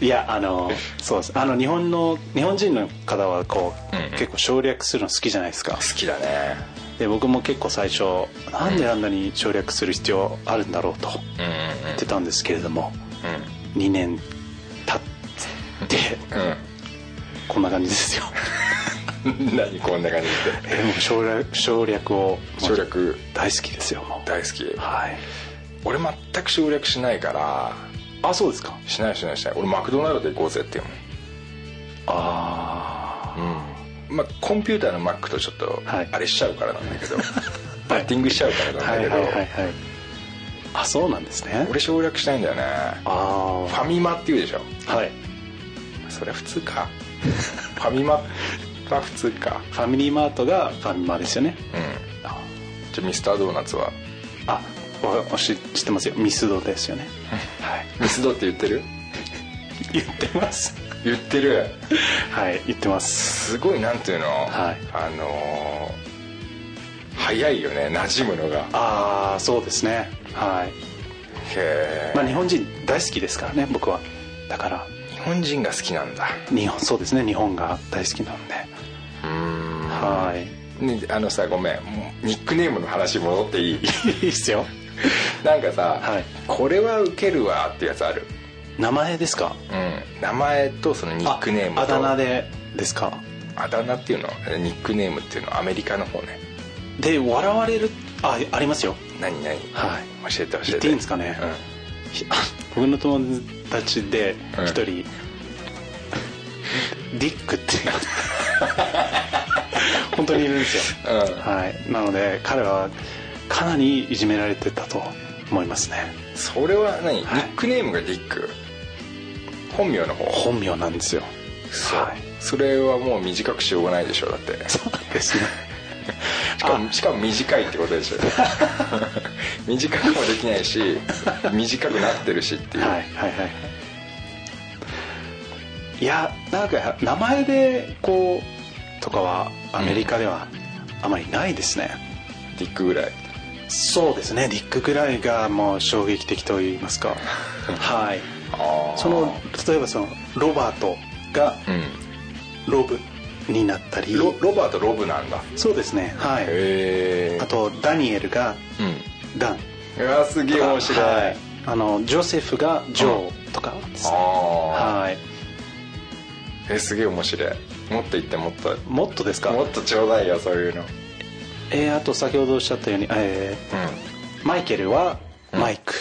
Speaker 4: いやあのそうですあの日本の日本人の方はこう、
Speaker 3: うんうん
Speaker 4: 結構省略するの好きじゃないですか
Speaker 3: 好きだね
Speaker 4: で僕も結構最初なんであんなに省略する必要あるんだろうと
Speaker 3: うん
Speaker 4: 言ってたんですけれども
Speaker 3: う
Speaker 4: 2年経って
Speaker 3: んうん
Speaker 4: こんな感じですよ
Speaker 3: うん何こんな感じで
Speaker 4: えもう省略省略を
Speaker 3: 省略
Speaker 4: 大好きですよも
Speaker 3: 大好き
Speaker 4: うはい
Speaker 3: 俺全く省略しないから
Speaker 4: あそうですか
Speaker 3: しないしないしない俺マクドナルド行こうぜって言う
Speaker 4: あ
Speaker 3: もん、うんまあ、コンピューターのマックとちょっと
Speaker 4: はい
Speaker 3: あれしちゃうからなんだけ ど、バッティングしちゃうからな
Speaker 4: あは
Speaker 3: んだけ
Speaker 4: いは
Speaker 3: ど、
Speaker 4: いはいはいあそうなんですね
Speaker 3: 俺省略しないんだよね
Speaker 4: あ
Speaker 3: ファミマって言うでしょ
Speaker 4: あはい
Speaker 3: それ普通 かファミマは普通か
Speaker 4: ファミリーマートがファミマですよね
Speaker 3: うん
Speaker 4: あ
Speaker 3: じゃあミスタードーナツは
Speaker 4: あわし知ってますよミスドです よねはい
Speaker 3: ミスドって言ってる
Speaker 4: 言ってます
Speaker 3: 言ってる
Speaker 4: はい言ってます
Speaker 3: すごいなんていうの、
Speaker 4: はい
Speaker 3: あのー早いよね馴染むのが
Speaker 4: ああそうですねはい、
Speaker 3: へえ、
Speaker 4: まあ、日本人大好きですからね僕はだから
Speaker 3: 日本人が好きなんだ
Speaker 4: 日本そうですね日本が大好きなんで
Speaker 3: うん
Speaker 4: はい
Speaker 3: ねあのさごめんもうニックネームの話戻ってい い
Speaker 4: いいっすよ
Speaker 3: なんかさ、
Speaker 4: はい
Speaker 3: これはウケるわってやつある
Speaker 4: 名前ですか
Speaker 3: うん名前とそのニックネームと
Speaker 4: ああだ名でですか
Speaker 3: あだ名っていうのえニックネームっていうのアメリカの方ね
Speaker 4: で笑われるあありますよ
Speaker 3: 何何
Speaker 4: はい
Speaker 3: 教えて教えて
Speaker 4: 言っていいんですかねひ 僕の友達で
Speaker 3: うん
Speaker 4: 一人、 ディックって本当にいるんです よ
Speaker 3: うん、うん
Speaker 4: はい、なので彼はかなりいじめられてたと思いますね
Speaker 3: それは何、
Speaker 4: はい
Speaker 3: ニックネームがディック本名の方
Speaker 4: 本名なんですよ
Speaker 3: そう
Speaker 4: はい
Speaker 3: それはもう短くしようがないでしょだって
Speaker 4: そうなんですね
Speaker 3: しかもしかも短いってことで しょ短くもできないし短くなってるしっていう、
Speaker 4: はいはいはいいやなんか名前でこうとかはアメリカではあまりないですね、
Speaker 3: ディックぐらい
Speaker 4: そうですねディックぐらいがもう衝撃的と言いますかはい
Speaker 3: あ
Speaker 4: その例えばそのロバートが
Speaker 3: うん
Speaker 4: ロブになったり
Speaker 3: ロロバート・ロブなんだ
Speaker 4: そうですねはい
Speaker 3: へえ
Speaker 4: あとダニエルが
Speaker 3: うん
Speaker 4: ダン
Speaker 3: うわすげえ面白い、
Speaker 4: はいあのジョセフがジョーとかですね
Speaker 3: ああ
Speaker 4: はい
Speaker 3: えすげえ面白いもっと言ってもっと
Speaker 4: もっとですか
Speaker 3: もっとちょうだいよそういうの
Speaker 4: えーあと先ほどおっしゃったように、え
Speaker 3: うん
Speaker 4: ーマイケルはマイク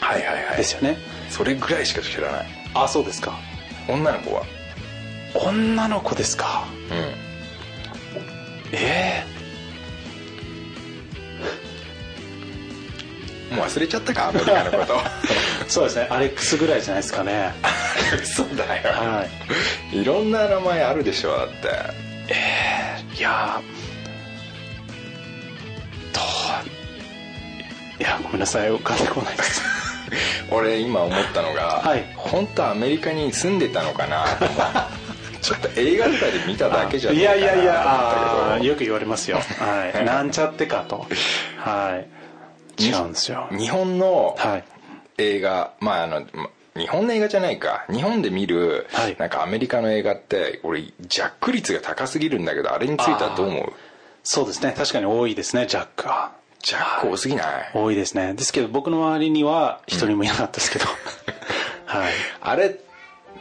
Speaker 3: はいはいは
Speaker 4: で
Speaker 3: い
Speaker 4: すよね、
Speaker 3: それぐらいしか知らない
Speaker 4: あそうですか
Speaker 3: 女の子は
Speaker 4: 女の子ですか
Speaker 3: うん
Speaker 4: え
Speaker 3: もう忘れちゃったかアメリカの こと
Speaker 4: ーそうですねアレックスぐらいじゃないですかね
Speaker 3: 嘘だよ、、
Speaker 4: はい
Speaker 3: ろんな名前あるでしょだって
Speaker 4: いやーどういやごめんなさい浮かんでこないです
Speaker 3: 俺今思ったのが、
Speaker 4: はい
Speaker 3: 本当はアメリカに住んでたのかなと思っ てちょっと映画とかで見ただけじゃ
Speaker 4: い
Speaker 3: ねえか
Speaker 4: や
Speaker 3: ないと
Speaker 4: やい
Speaker 3: 思っ
Speaker 4: や
Speaker 3: た
Speaker 4: あー
Speaker 3: けど
Speaker 4: よく言われますよ、 はい、なんちゃってかとはい違うんですよ
Speaker 3: 日本の
Speaker 4: はい
Speaker 3: 映画まああのま日本の映画じゃないか日本で見る、
Speaker 4: はい
Speaker 3: なんかアメリカの映画って俺ジャック率が高すぎるんだけどあれについてはどう思う
Speaker 4: そうですね確かに多いですねジャックは
Speaker 3: ジャック多すぎない、
Speaker 4: 多いですねですけど僕の周りには一人もいなかったですけど、はい
Speaker 3: あれ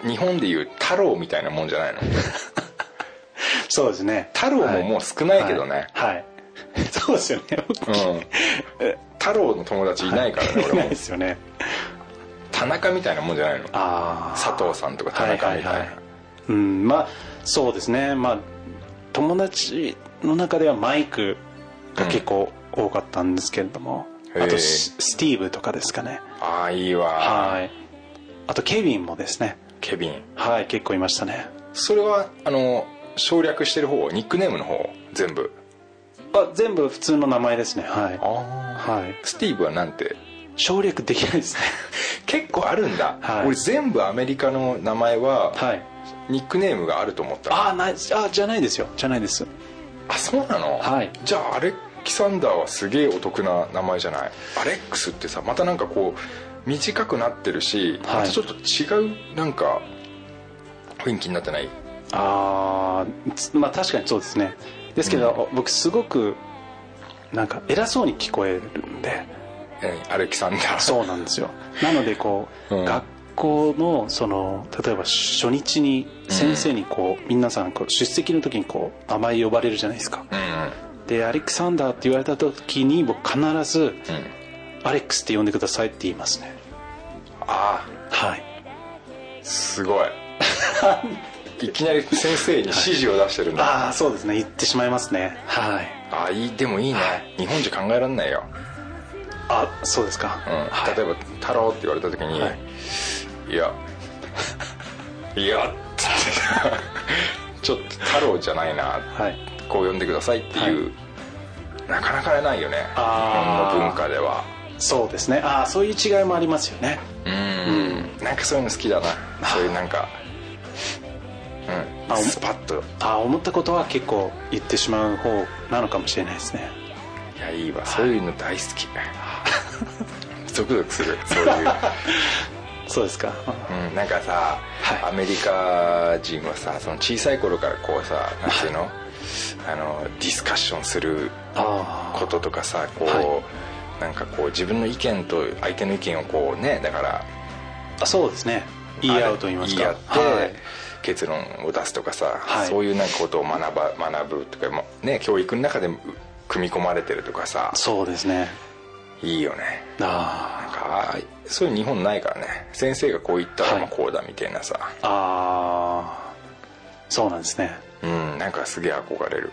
Speaker 3: 日本でいう太郎みたいなもんじゃ ないの
Speaker 4: そうですね
Speaker 3: 太郎ももう少ないけどね
Speaker 4: はい、 はいそうですよね
Speaker 3: うん太郎の友達いないからね、
Speaker 4: い
Speaker 3: 俺
Speaker 4: ない
Speaker 3: も
Speaker 4: ですよね
Speaker 3: 田中みたいなもんじゃないの
Speaker 4: ああ
Speaker 3: 佐藤さんとか田中みたいな、
Speaker 4: はいはいはいうんまあそうですねまあ友達の中ではマイクが結構多かったんですけれども、
Speaker 3: へー
Speaker 4: あとススティーブとかですかね
Speaker 3: ああいいわ、
Speaker 4: はいあとケビンもですね
Speaker 3: ケビン
Speaker 4: はい結構いましたね
Speaker 3: それはあの省略してる方ニックネームの方全部
Speaker 4: あ全部普通の名前ですねはい
Speaker 3: あ
Speaker 4: はい
Speaker 3: スティーブはなんて
Speaker 4: 省略できないですね
Speaker 3: 結構あるんだ、
Speaker 4: はい
Speaker 3: 俺全部アメリカの名前は、
Speaker 4: はい
Speaker 3: ニックネームがあると思った
Speaker 4: ああないあじゃないですよじゃないです
Speaker 3: あそうなの、
Speaker 4: はい
Speaker 3: じゃあアレキサンダーはすげえお得な名前じゃないアレックスってさまたなんかこう短くなってるし、
Speaker 4: はい
Speaker 3: またちょっと違うなんか雰囲気になってない
Speaker 4: ああまあ確かにそうですねですけど、僕すごくなんか偉そうに聞こえるんで
Speaker 3: えーアレキサンダー
Speaker 4: そうなんですよなのでこう、
Speaker 3: うん
Speaker 4: 学校のその例えば初日に先生にこう、皆さんこう出席の時にこう名前呼ばれるじゃないですか、
Speaker 3: うんうん
Speaker 4: で「アレクサンダー」って言われた時に僕必ず
Speaker 3: うん
Speaker 4: 「アレックス」って呼んでくださいって言いますね
Speaker 3: あ
Speaker 4: はい
Speaker 3: あすごい いきなり先生に指示を出してるんだ、
Speaker 4: ああそうですね言ってしまいますねはい
Speaker 3: あいいでもいいね日本じゃ考えられないよ、
Speaker 4: あそうですか、
Speaker 3: うん
Speaker 4: はい
Speaker 3: 例えば「太郎」って言われた時に「、
Speaker 4: はい
Speaker 3: や いや」っつって ちょっと「太郎じゃないな」
Speaker 4: はい
Speaker 3: こう呼んでくださいっていう、なかなかないよね日
Speaker 4: あー
Speaker 3: 本の文化では
Speaker 4: そうですねああそういう違いもありますよね
Speaker 3: うんなんかそういうの好きだなそういうなんかうん
Speaker 4: あ
Speaker 3: スパッと
Speaker 4: ああ思ったことは結構言ってしまう方なのかもしれないですね
Speaker 3: いやいいわそういうの大好 きゾクゾクするそういう、
Speaker 4: そうですか
Speaker 3: うん、なんかさ、
Speaker 4: はい
Speaker 3: アメリカ人はさその小さい頃からこうさなんていうのあのディスカッションする
Speaker 4: あ
Speaker 3: こととかさこう、
Speaker 4: は
Speaker 3: なんかこう自分の意見と相手の意見をこうねだから
Speaker 4: あそうですね言い合うと言いますか
Speaker 3: 言い合って、
Speaker 4: はい
Speaker 3: 結論を出すとかさ、
Speaker 4: はい
Speaker 3: そういうなんかことを学ば学ぶとかもね教育の中で組み込まれてるとかさ
Speaker 4: そうですね
Speaker 3: いいよね
Speaker 4: あ
Speaker 3: なんかそういう日本ないからね先生がこう言った
Speaker 4: は
Speaker 3: ら
Speaker 4: い
Speaker 3: まあこうだみたいなさ、
Speaker 4: あああそうなんですね
Speaker 3: うんなんかすげえ憧れる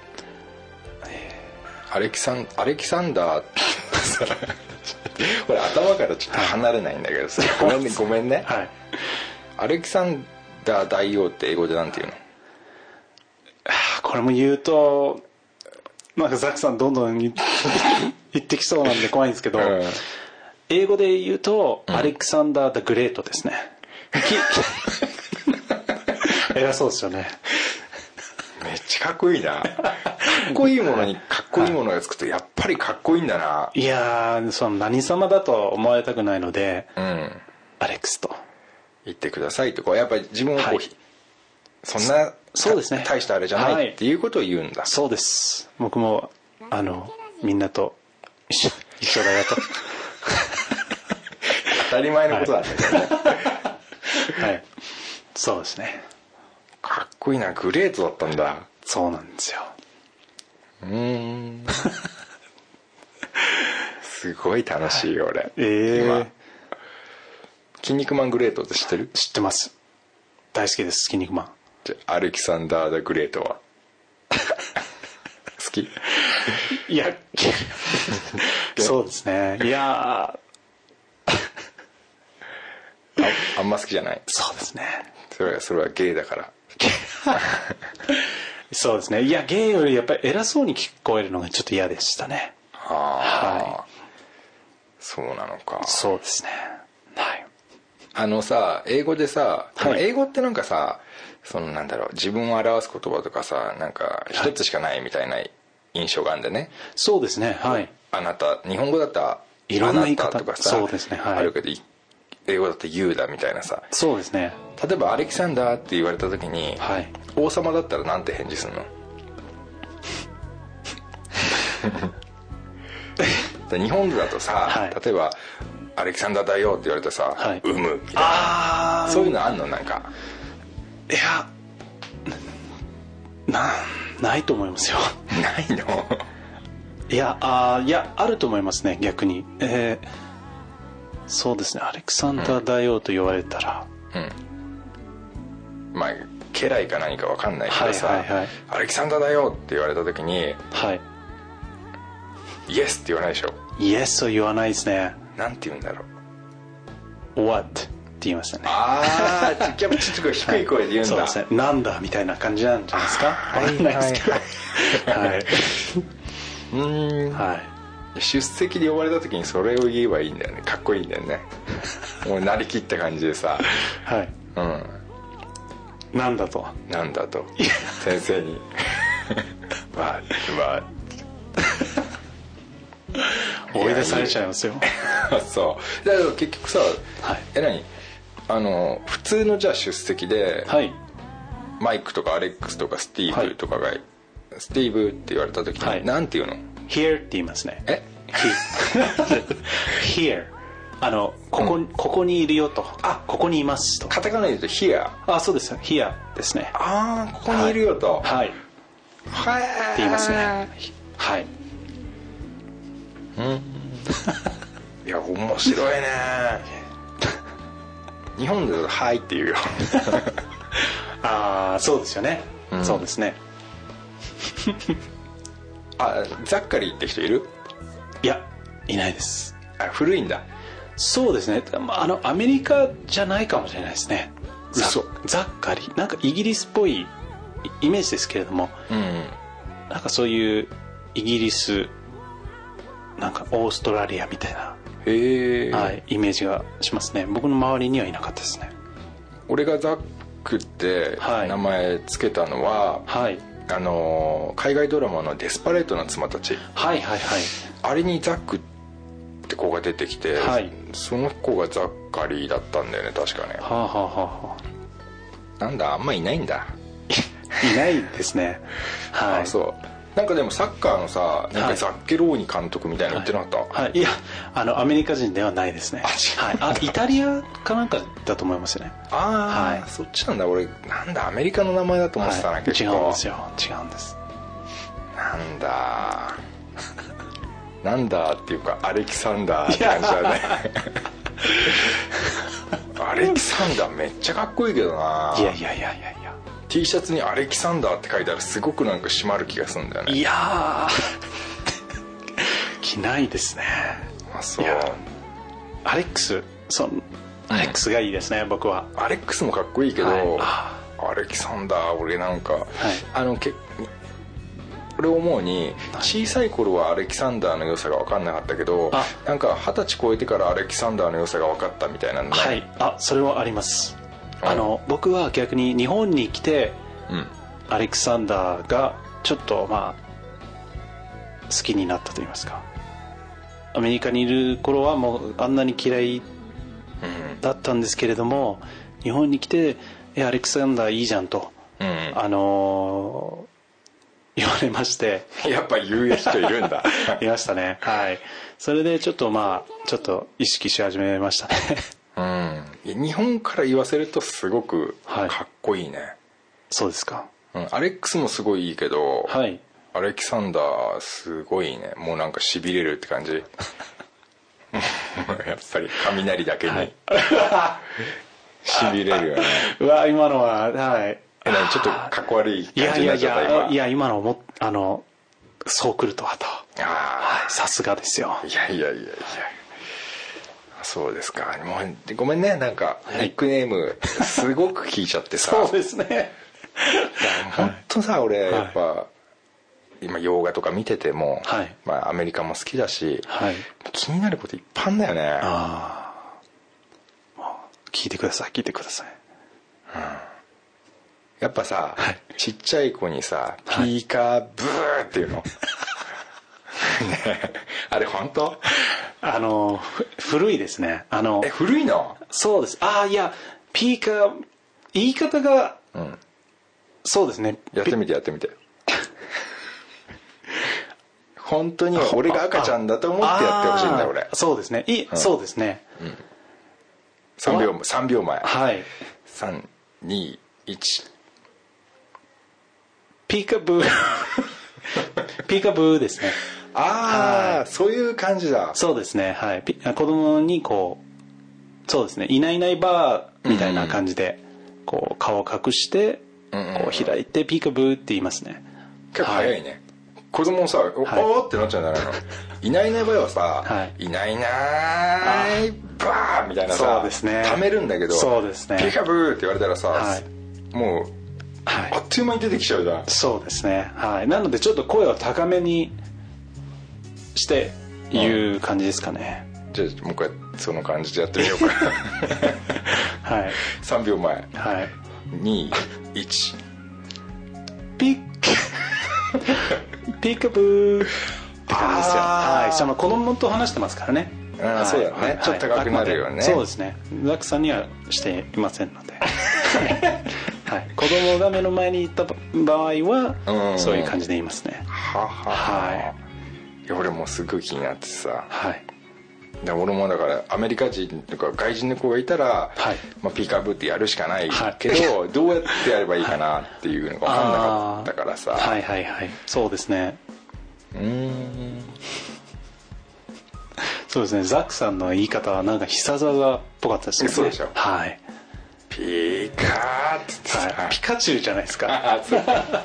Speaker 3: アレキサンアレキサンダーってさ これ頭からちょっと離れないんだけどさごめんねごめんね
Speaker 4: はい
Speaker 3: アレキサンダー大王って英語でなんて言うの
Speaker 4: あこれも言うとなんかザクさんどんどん 言言ってきそうなんで怖いんですけど、
Speaker 3: うん
Speaker 4: 英語で言うと、アレクサンダー・ザ・グレートですねき 偉そうですよね
Speaker 3: めっちゃかっこいいなかっこいいものにかっこいいものがつくとやっぱりかっこいいんだない
Speaker 4: やーその何様だとは思われたくないので、
Speaker 3: うん
Speaker 4: アレックスと
Speaker 3: 言ってくださいとこうやっぱり自分はこう、
Speaker 4: はい
Speaker 3: そんな
Speaker 4: そうですね
Speaker 3: た大したあれじゃない、
Speaker 4: はい
Speaker 3: っていうことを言うんだ
Speaker 4: そうです僕もあのみんなと一緒一緒だよ と
Speaker 3: 当たり前のことなんだけどね、
Speaker 4: はいそうですね
Speaker 3: かっこいいなグレートだったんだ
Speaker 4: そうなんですよ
Speaker 3: うーんすごい楽しいよ俺
Speaker 4: ええ
Speaker 3: 今「筋肉マングレート」って知ってる
Speaker 4: 知ってます大好きです「筋肉マン
Speaker 3: じゃアレキサンダー・ザ・グレートは 好き」
Speaker 4: いや そうですねいやー
Speaker 3: ああんま好きじゃない
Speaker 4: そうですね
Speaker 3: それはそれはゲイだから
Speaker 4: そうですねいやゲイよりやっぱり偉そうに聞こえるのがちょっと嫌でしたね
Speaker 3: ああ、そうなのか
Speaker 4: そうですねはい
Speaker 3: あのさ英語でさ、
Speaker 4: はい
Speaker 3: 英語ってなんかさそのなんだろう自分を表す言葉とかさなんか一つしかないみたいな印象があるんでね、
Speaker 4: そうですねはい
Speaker 3: あなた日本語だったら
Speaker 4: いろんな言い
Speaker 3: あ
Speaker 4: 方
Speaker 3: たとかさ
Speaker 4: そうですねはい
Speaker 3: あるけどい英語だと「You」だみたいなさ
Speaker 4: そうですね
Speaker 3: 例えば「アレキサンダー」って言われた時に、
Speaker 4: はい
Speaker 3: 王様だったらなんて返事するの で日本だとさ、
Speaker 4: はい
Speaker 3: 例えば「アレキサンダーだよ」って言われてさ「
Speaker 4: はいう
Speaker 3: む」みたいな
Speaker 4: あ
Speaker 3: そういうのあんのなんか
Speaker 4: いやなないと思いますよ
Speaker 3: ないの
Speaker 4: いやあーいやあると思いますね逆にえーそうですねアレクサンダー大王と言われたら、
Speaker 3: まあ家来か何か分かんないけどさ「
Speaker 4: はいはいはい
Speaker 3: アレキサンダーだよ」って言われた時に
Speaker 4: はい
Speaker 3: 「イエス」って言わないでしょ
Speaker 4: イエスを言わないですね
Speaker 3: なんて言うんだろう
Speaker 4: What って言いましたね
Speaker 3: ああやっぱちょっとこう低い声で言うんだ、
Speaker 4: そうですねなんだみたいな感じなんじゃないですかわかんないですけどはいう
Speaker 3: ーん
Speaker 4: はい
Speaker 3: 出席で呼ばれた時にそれを言えばいいんだよねかっこいいんだよねもうなりきった感じでさ
Speaker 4: はい
Speaker 3: うん
Speaker 4: なんだと
Speaker 3: なんだと先生 に「まあま
Speaker 4: 追い出されちゃいますよ
Speaker 3: あそうだけど結局さ、
Speaker 4: はい
Speaker 3: え何あの普通のじゃあ出席で、
Speaker 4: はい
Speaker 3: マイクとかアレックスとかスティーブとかが、スティーブって言われた時に、
Speaker 4: はい
Speaker 3: なんて言うの
Speaker 4: Here って言いますね
Speaker 3: え
Speaker 4: Here あのここ,、ここにいるよとあここにいますと
Speaker 3: カタカナで言うと「here」
Speaker 4: あそうです Here ですね
Speaker 3: ああここにいるよと
Speaker 4: はいって
Speaker 3: はいって
Speaker 4: 言いますねはい
Speaker 3: いや面白いね 日本だと「はい」って 言うよ
Speaker 4: ああそうですよね、そうですね
Speaker 3: あザッカリーって人いる
Speaker 4: いやいないです
Speaker 3: あ古いんだ
Speaker 4: そうですねまああのアメリカじゃないかもしれないですねざ
Speaker 3: 嘘
Speaker 4: ざっかりなんかイギリスっぽいイイメージですけれども
Speaker 3: うん
Speaker 4: なんかそういうイギリスなんかオーストラリアみたいな、
Speaker 3: へえ、
Speaker 4: はい、イメージがしますね僕の周りにはいなかったですね
Speaker 3: 俺がザックって
Speaker 4: はい
Speaker 3: 名前つけたのは、
Speaker 4: はい
Speaker 3: あのー海外ドラマの「デスパレートな妻たち
Speaker 4: はいはいはい」
Speaker 3: あれにザックって子が出てきて、
Speaker 4: はい
Speaker 3: その子がザッカリーだったんだよね確かね
Speaker 4: はあはあはあは
Speaker 3: なんだあんまいないんだ、
Speaker 4: あいないですね はい
Speaker 3: あそうなんかでもサッカーのさなん
Speaker 4: は
Speaker 3: か
Speaker 4: い
Speaker 3: ザッケローニ監督みたいなの言ってなかった、
Speaker 4: はい、いやあのアメリカ人ではないですね
Speaker 3: あ
Speaker 4: はい、あイタリアかなんかだと思いますよね
Speaker 3: ああ、
Speaker 4: はい
Speaker 3: そっちなんだ俺なんだアメリカの名前だと思ってたな、
Speaker 4: はい、
Speaker 3: 結
Speaker 4: 違
Speaker 3: 構
Speaker 4: うんですよ違うんです
Speaker 3: なんだ なんだっていうかアレキサンダーって感じだね アレキサンダーめっちゃかっこいいけどない
Speaker 4: やいやいやいやいや
Speaker 3: T シャツに「アレキサンダー」って書いてあるすごくなんか締まる気がするんだよね
Speaker 4: いや ー着ないですね
Speaker 3: あそう
Speaker 4: いやアレックスそのアレックスがいいですね、僕は
Speaker 3: アレックスもかっこいいけど、
Speaker 4: はいあ
Speaker 3: アレキサンダー俺なんか、あのけ俺思うに小さい頃はアレキサンダーの良さが分かんなかったけど
Speaker 4: あ
Speaker 3: なんか二十歳超えてからアレキサンダーの良さが分かったみたいなんだ、
Speaker 4: はいあそれはありますあの僕は逆に日本に来て
Speaker 3: うん
Speaker 4: アレクサンダーがちょっとまあ好きになったと言いますかアメリカにいる頃はもうあんなに嫌いだったんですけれども日本に来て「えアレクサンダーいいじゃん」と、
Speaker 3: うん
Speaker 4: あのー言われ まして
Speaker 3: やっぱ言う人いるんだ
Speaker 4: いましたねはいそれでちょっとまあちょっと意識し始めましたね
Speaker 3: うん日本から言わせるとすごく
Speaker 4: はい
Speaker 3: かっこいいね、
Speaker 4: そうですか
Speaker 3: うん、アレックスもすごいいいけど、
Speaker 4: はい
Speaker 3: アレキサンダーすごいねもうなんかしびれるって感じ やっぱり雷だけ にしびれるよね
Speaker 4: うわ今のははい
Speaker 3: えなんかちょっとかっこ悪い
Speaker 4: い
Speaker 3: 感
Speaker 4: や
Speaker 3: じ
Speaker 4: い
Speaker 3: に
Speaker 4: や
Speaker 3: なっ
Speaker 4: い
Speaker 3: ちゃった
Speaker 4: や
Speaker 3: 今
Speaker 4: いや今のもあのそうくるとはと
Speaker 3: あ
Speaker 4: さすがですよ
Speaker 3: あいやいやいやいやそうですかもうごめんねなんかニックネームすごく聞いちゃってさ
Speaker 4: すね
Speaker 3: 本当さ俺やっぱ、今洋画とか見てても、
Speaker 4: はい
Speaker 3: まあ、アメリカも好きだし、
Speaker 4: はい
Speaker 3: 気になることいっぱいあんだよね
Speaker 4: ああ聞いてください聞いてください
Speaker 3: やっぱさ、ちっちゃい子にさ「ピ
Speaker 4: はい
Speaker 3: ーカーブー」っていう の、ねえあれ本当
Speaker 4: あのふ古いですねあの
Speaker 3: え古いの
Speaker 4: そうですああいやピーカー言い方が、
Speaker 3: ん
Speaker 4: そうですね
Speaker 3: やってみてやってみて本当に俺が赤ちゃんだと思ってやってほしいんだ
Speaker 4: あー
Speaker 3: 俺
Speaker 4: そうですねい、そうですね
Speaker 3: 3秒3秒前
Speaker 4: はい
Speaker 3: 321
Speaker 4: ピーカブー ピーカブーですね
Speaker 3: ああそういう感じだ
Speaker 4: そうですねはいピ子供にこうそうですねいないいないばーみたいな感じで、こう顔を隠して、こう開いてピーカブーって言いますね
Speaker 3: 結構早いね、子供もさ「お
Speaker 4: はい
Speaker 3: おーってなっちゃうんじゃない のいないいない場合はさ「、
Speaker 4: はい
Speaker 3: ないいないバー」みたいなさ
Speaker 4: そうですね
Speaker 3: 溜めるんだけど
Speaker 4: そうですね
Speaker 3: ピカブー」って言われたらさ、
Speaker 4: はい
Speaker 3: もう
Speaker 4: はい
Speaker 3: あっという間に出てきちゃうじゃん
Speaker 4: そうですねはいなのでちょっと声を高めにして言う感じですかね、
Speaker 3: じゃあもう一回その感じでやってみようか
Speaker 4: はい
Speaker 3: 3秒前
Speaker 4: はい
Speaker 3: 21
Speaker 4: ピッピーカブーって感じですよ
Speaker 3: あー
Speaker 4: はいその子供と話してますからね
Speaker 3: あー
Speaker 4: はい
Speaker 3: そうだよね
Speaker 4: はい
Speaker 3: ちょっと高くなるよね
Speaker 4: あくまでそうですねザクさんにはしていませんの ではい子供が目の前にいた場合
Speaker 3: うん
Speaker 4: はそういう感じで言いますね
Speaker 3: はは
Speaker 4: はい
Speaker 3: や俺もうすごい気になってさ
Speaker 4: はい
Speaker 3: で俺もだからアメリカ人とか外人の子がいたら、
Speaker 4: はい
Speaker 3: まあ、ピーカーブーってやるしかない
Speaker 4: はい
Speaker 3: けど、どうやってやればいいかなっていうのが分かんなかったからさ、
Speaker 4: あーはいはいはいそうですね
Speaker 3: うーん
Speaker 4: そうですねザクさんの言い方はなんか必殺技っぽかったですね
Speaker 3: そうでしょ
Speaker 4: はい、
Speaker 3: ピーカーって言ってさ、
Speaker 4: はい、ピカチュウじゃないですか
Speaker 3: あそう
Speaker 4: は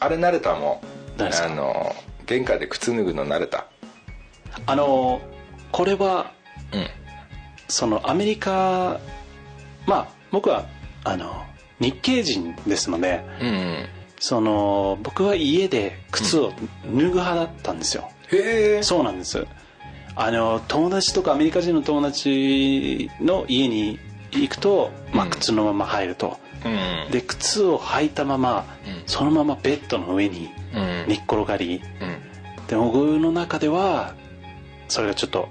Speaker 3: あれ慣れたもん
Speaker 4: 何です
Speaker 3: あ
Speaker 4: か
Speaker 3: の玄関で靴脱ぐの慣れた
Speaker 4: いあのこれは
Speaker 3: うん
Speaker 4: そのアメリカまあ僕はあの日系人ですので
Speaker 3: うんへ
Speaker 4: その僕は家で靴を脱ぐ派だったんですよ、
Speaker 3: え
Speaker 4: そうなんですあの友達とかアメリカ人の友達の家に行くと、まあ、
Speaker 3: うん
Speaker 4: 靴のまま入ると、
Speaker 3: うん
Speaker 4: で靴を履いたまま、
Speaker 3: うん
Speaker 4: そのままベッドの上に
Speaker 3: うん
Speaker 4: 寝っ転がり、
Speaker 3: うん
Speaker 4: で僕の中ではそれがちょっと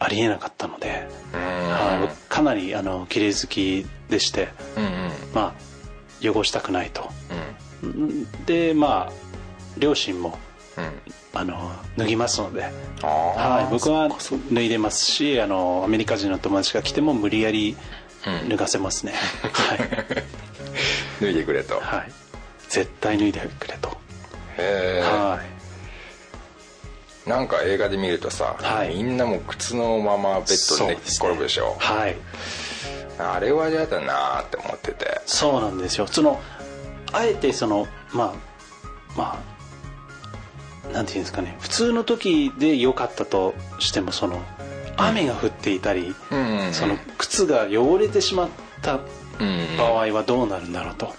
Speaker 4: ありえなかったので、はい僕かなりあの綺麗好きでして
Speaker 3: うんうん
Speaker 4: まあ汚したくないとでまあ両親も
Speaker 3: うんうん
Speaker 4: あの脱ぎますので、
Speaker 3: あ
Speaker 4: は
Speaker 3: あ
Speaker 4: い、僕は脱いでますしあのアメリカ人の友達が来ても無理やり
Speaker 3: うん
Speaker 4: 脱がせます ね、はい、
Speaker 3: 脱いでくれと
Speaker 4: はい、絶対脱いでくれと、
Speaker 3: へえ
Speaker 4: はい
Speaker 3: なんか映画で見るとさ、
Speaker 4: はい
Speaker 3: みんなもう靴のままベッド
Speaker 4: そう
Speaker 3: で寝っ
Speaker 4: ですね
Speaker 3: 転ぶでしょ
Speaker 4: はい
Speaker 3: あれは嫌だなーって思ってて
Speaker 4: そうなんですよそのあえてそのまあまあなんていうんですかね普通の時で良かったとしてもその雨が降っていたり、
Speaker 3: うんうん
Speaker 4: その靴が汚れてしまった場合はどうなるんだろうと、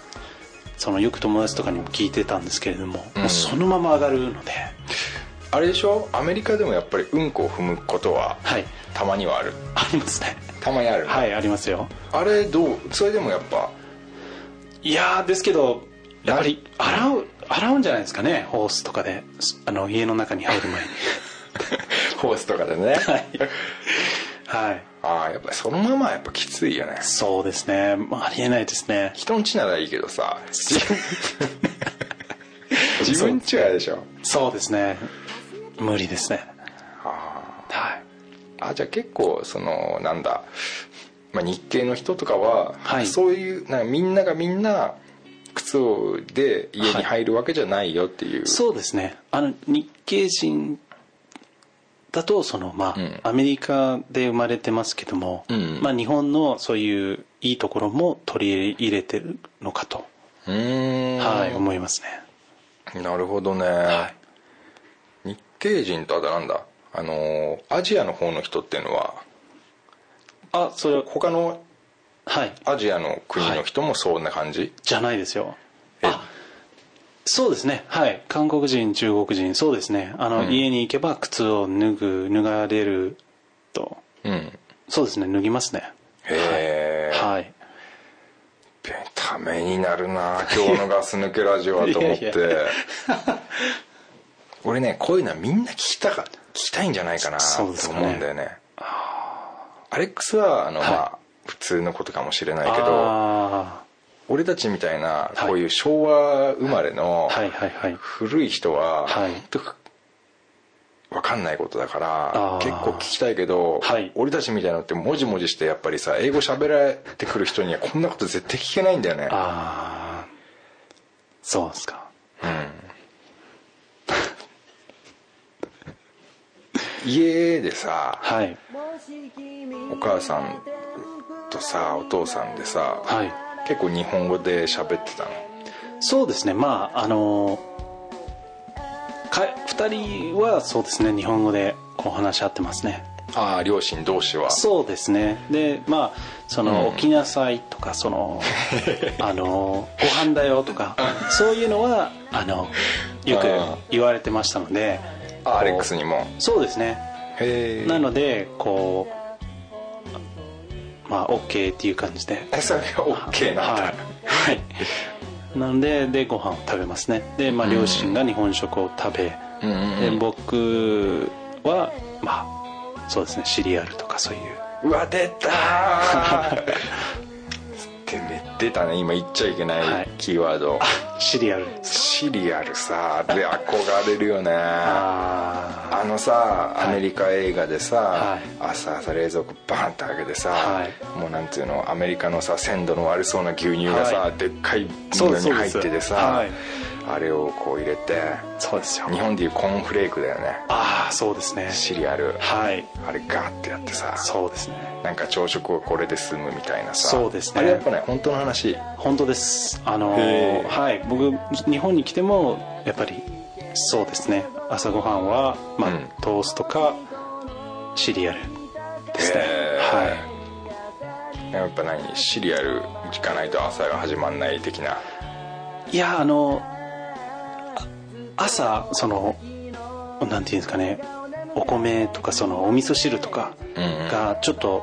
Speaker 4: そのよく友達とかにも聞いてたんですけれども、もうそのまま上がるので
Speaker 3: あれでしょアメリカでもやっぱりうんこを踏むことは
Speaker 4: はい
Speaker 3: たまにはある
Speaker 4: ありますね
Speaker 3: たまにある、
Speaker 4: はいありますよ
Speaker 3: あれどうそれでもやっ ぱ
Speaker 4: いやーですけどやっぱり洗う洗うんじゃないですかねホースとかですあの家の中に入る前に
Speaker 3: ホースとかでね、
Speaker 4: はい はい
Speaker 3: ああやっぱりそのままはやっぱきついよね
Speaker 4: そうですねまあありえないで すね
Speaker 3: 人んちならいいけどさ自分ちは嫌でしょ
Speaker 4: そうですね無理ですね
Speaker 3: あ
Speaker 4: はい
Speaker 3: ーあじゃあ結構そのなんだ、まあ、日系の人とかは、
Speaker 4: はい
Speaker 3: そういうなんかみんながみんな靴をで家に入るわけじゃないよっていう、
Speaker 4: そうですねあの日系人だとそのまあ、
Speaker 3: うん
Speaker 4: アメリカで生まれてますけども、
Speaker 3: うん
Speaker 4: まあ、日本のそういういいところも取り入れてるのかと、
Speaker 3: うーん
Speaker 4: はい思いますね
Speaker 3: なるほどね、
Speaker 4: はい
Speaker 3: 日系人とあとなんだあのーアジアの方の人っていうのは
Speaker 4: あそれは
Speaker 3: 他の
Speaker 4: はい
Speaker 3: アジアの国の人もそんな感じ、
Speaker 4: じゃないですよ
Speaker 3: え
Speaker 4: あそうですねはい韓国人中国人そうですねあの、
Speaker 3: うん
Speaker 4: 家に行けば靴を脱ぐ脱がれると
Speaker 3: うん
Speaker 4: そうですね脱ぎますね
Speaker 3: へえ、
Speaker 4: はい
Speaker 3: ためになるな今日のガス抜けラジオはと思って
Speaker 4: いやいや
Speaker 3: 俺ねこういうのはみんな聞きたか聞きたいんじゃないかなと
Speaker 4: そう
Speaker 3: 思
Speaker 4: ですかね
Speaker 3: うんだよねアレックスはあの、まあ普通のことかもしれないけど
Speaker 4: あ
Speaker 3: 俺たちみたいな
Speaker 4: はい
Speaker 3: こういう昭和生まれの
Speaker 4: ーはいはいはい
Speaker 3: 古い人は、
Speaker 4: はい
Speaker 3: ほんとわかんないことだから
Speaker 4: あー
Speaker 3: 結構聞きたいけど、
Speaker 4: はい
Speaker 3: 俺たちみたいなのってもじもじしてやっぱりさ英語喋られてくる人にはこんなこと絶対聞けないんだよね
Speaker 4: ああそうですか
Speaker 3: 家でさ
Speaker 4: はい
Speaker 3: お母さんとさお父さんでさ、
Speaker 4: はい
Speaker 3: 結構日本語で喋ってたの
Speaker 4: そうですねまああのか2人はそうですね日本語でこう話し合ってますね
Speaker 3: ああ両親同士は
Speaker 4: そうですねでまあその、起きなさいとかその あのご飯だよとかそういうのはあのよく
Speaker 3: あー
Speaker 4: 言われてましたので
Speaker 3: あアレックスにも
Speaker 4: そうですね
Speaker 3: へえ
Speaker 4: なのでこうまあ OK っていう感じで
Speaker 3: えそれが OK なんだ、
Speaker 4: はい、はい、なのででご飯を食べますねで、まあ、両親が日本食を食べ、
Speaker 3: うんうんうん
Speaker 4: で僕はまあそうですねシリアルとかそういう
Speaker 3: うわ出た ーでね出たね今言っちゃいけ
Speaker 4: は
Speaker 3: ない
Speaker 4: い
Speaker 3: キーワード、
Speaker 4: シリアル
Speaker 3: シリアルさあれ憧れるよね
Speaker 4: あ
Speaker 3: あのさアメリカ映画でさ、
Speaker 4: はい
Speaker 3: 朝朝冷蔵庫バーンって開けてさ、
Speaker 4: はい
Speaker 3: もうなんていうのアメリカのさ鮮度の悪そうな牛乳がさ、
Speaker 4: は
Speaker 3: でっかい
Speaker 4: そう
Speaker 3: の
Speaker 4: です
Speaker 3: に入って
Speaker 4: そう
Speaker 3: て
Speaker 4: です
Speaker 3: さ、
Speaker 4: はい
Speaker 3: あれをこう入れて
Speaker 4: あそうですよ
Speaker 3: 日本でいうコーンフレークだよね
Speaker 4: ああそうですね
Speaker 3: シリアル
Speaker 4: はい
Speaker 3: あれガーってやってさ
Speaker 4: そうですね
Speaker 3: なんか朝食をこれで済むみたいなさ
Speaker 4: そうですね
Speaker 3: あれやっぱね本当の話
Speaker 4: 本当ですあの
Speaker 3: へ
Speaker 4: ー
Speaker 3: ー
Speaker 4: はい僕日本に来てもやっぱりそうですね朝ごはんは、まあ
Speaker 3: うん
Speaker 4: トーストかシリアルですね
Speaker 3: へー
Speaker 4: はい
Speaker 3: やっぱ何シリアル聞かないと朝が始まんない的ない
Speaker 4: やあのあ朝そのなんていうんですかねお米とかそのお味噌汁とか
Speaker 3: うんうん
Speaker 4: がちょっと、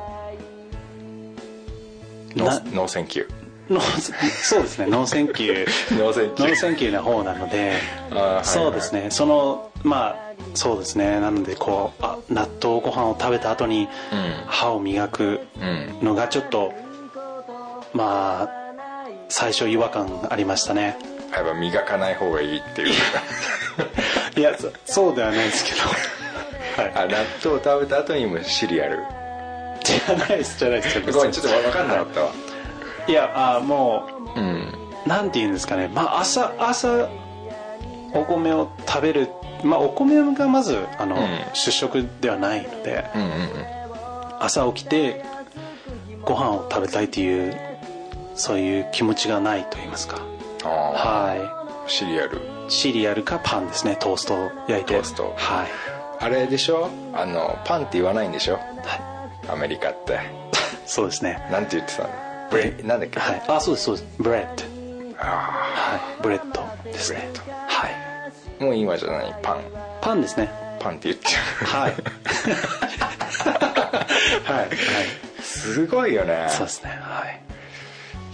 Speaker 3: ノ
Speaker 4: な
Speaker 3: ーノーセンキュ
Speaker 4: ノー そうですねノーセンキュー
Speaker 3: ーノーセンキ
Speaker 4: ノ
Speaker 3: ュ
Speaker 4: ー
Speaker 3: ー
Speaker 4: センキューな方なので
Speaker 3: あーはいはい
Speaker 4: そうですねそのまあそうですねなのでこうあ納豆ご飯を食べた後に
Speaker 3: うん
Speaker 4: 歯を磨く
Speaker 3: うん
Speaker 4: のがちょっとまあ最初違和感ありましたね
Speaker 3: やっぱ磨かない方がいいっていう
Speaker 4: いやそそうではないですけど はい
Speaker 3: あ納豆を食べた後にもシ リアル
Speaker 4: じゃないですじゃないですよ
Speaker 3: ごめんちょっと分かんなかったわ
Speaker 4: いやあも
Speaker 3: うん
Speaker 4: うなんて言うんですかねまあ朝朝お米を食べるまあお米がまずあの、
Speaker 3: ん
Speaker 4: 主食ではないので
Speaker 3: うんうん
Speaker 4: 朝起きてご飯を食べたいというそういう気持ちがないと言いますか
Speaker 3: あ
Speaker 4: は
Speaker 3: あシリアル
Speaker 4: いシリアルかパンですねトーストを焼いて
Speaker 3: トースト
Speaker 4: はい
Speaker 3: あれでしょあのパンって言わないんでしょ
Speaker 4: は
Speaker 3: アメリカって
Speaker 4: いそうですね
Speaker 3: なんて言ってたのブレなんだっけ、
Speaker 4: はいあそうですそうですブレッド
Speaker 3: あ
Speaker 4: はいブレッドですねはい
Speaker 3: もう今じゃないパン
Speaker 4: パンですね
Speaker 3: パンって言っちゃう
Speaker 4: はいはいはい
Speaker 3: すごいよね
Speaker 4: そうですねはい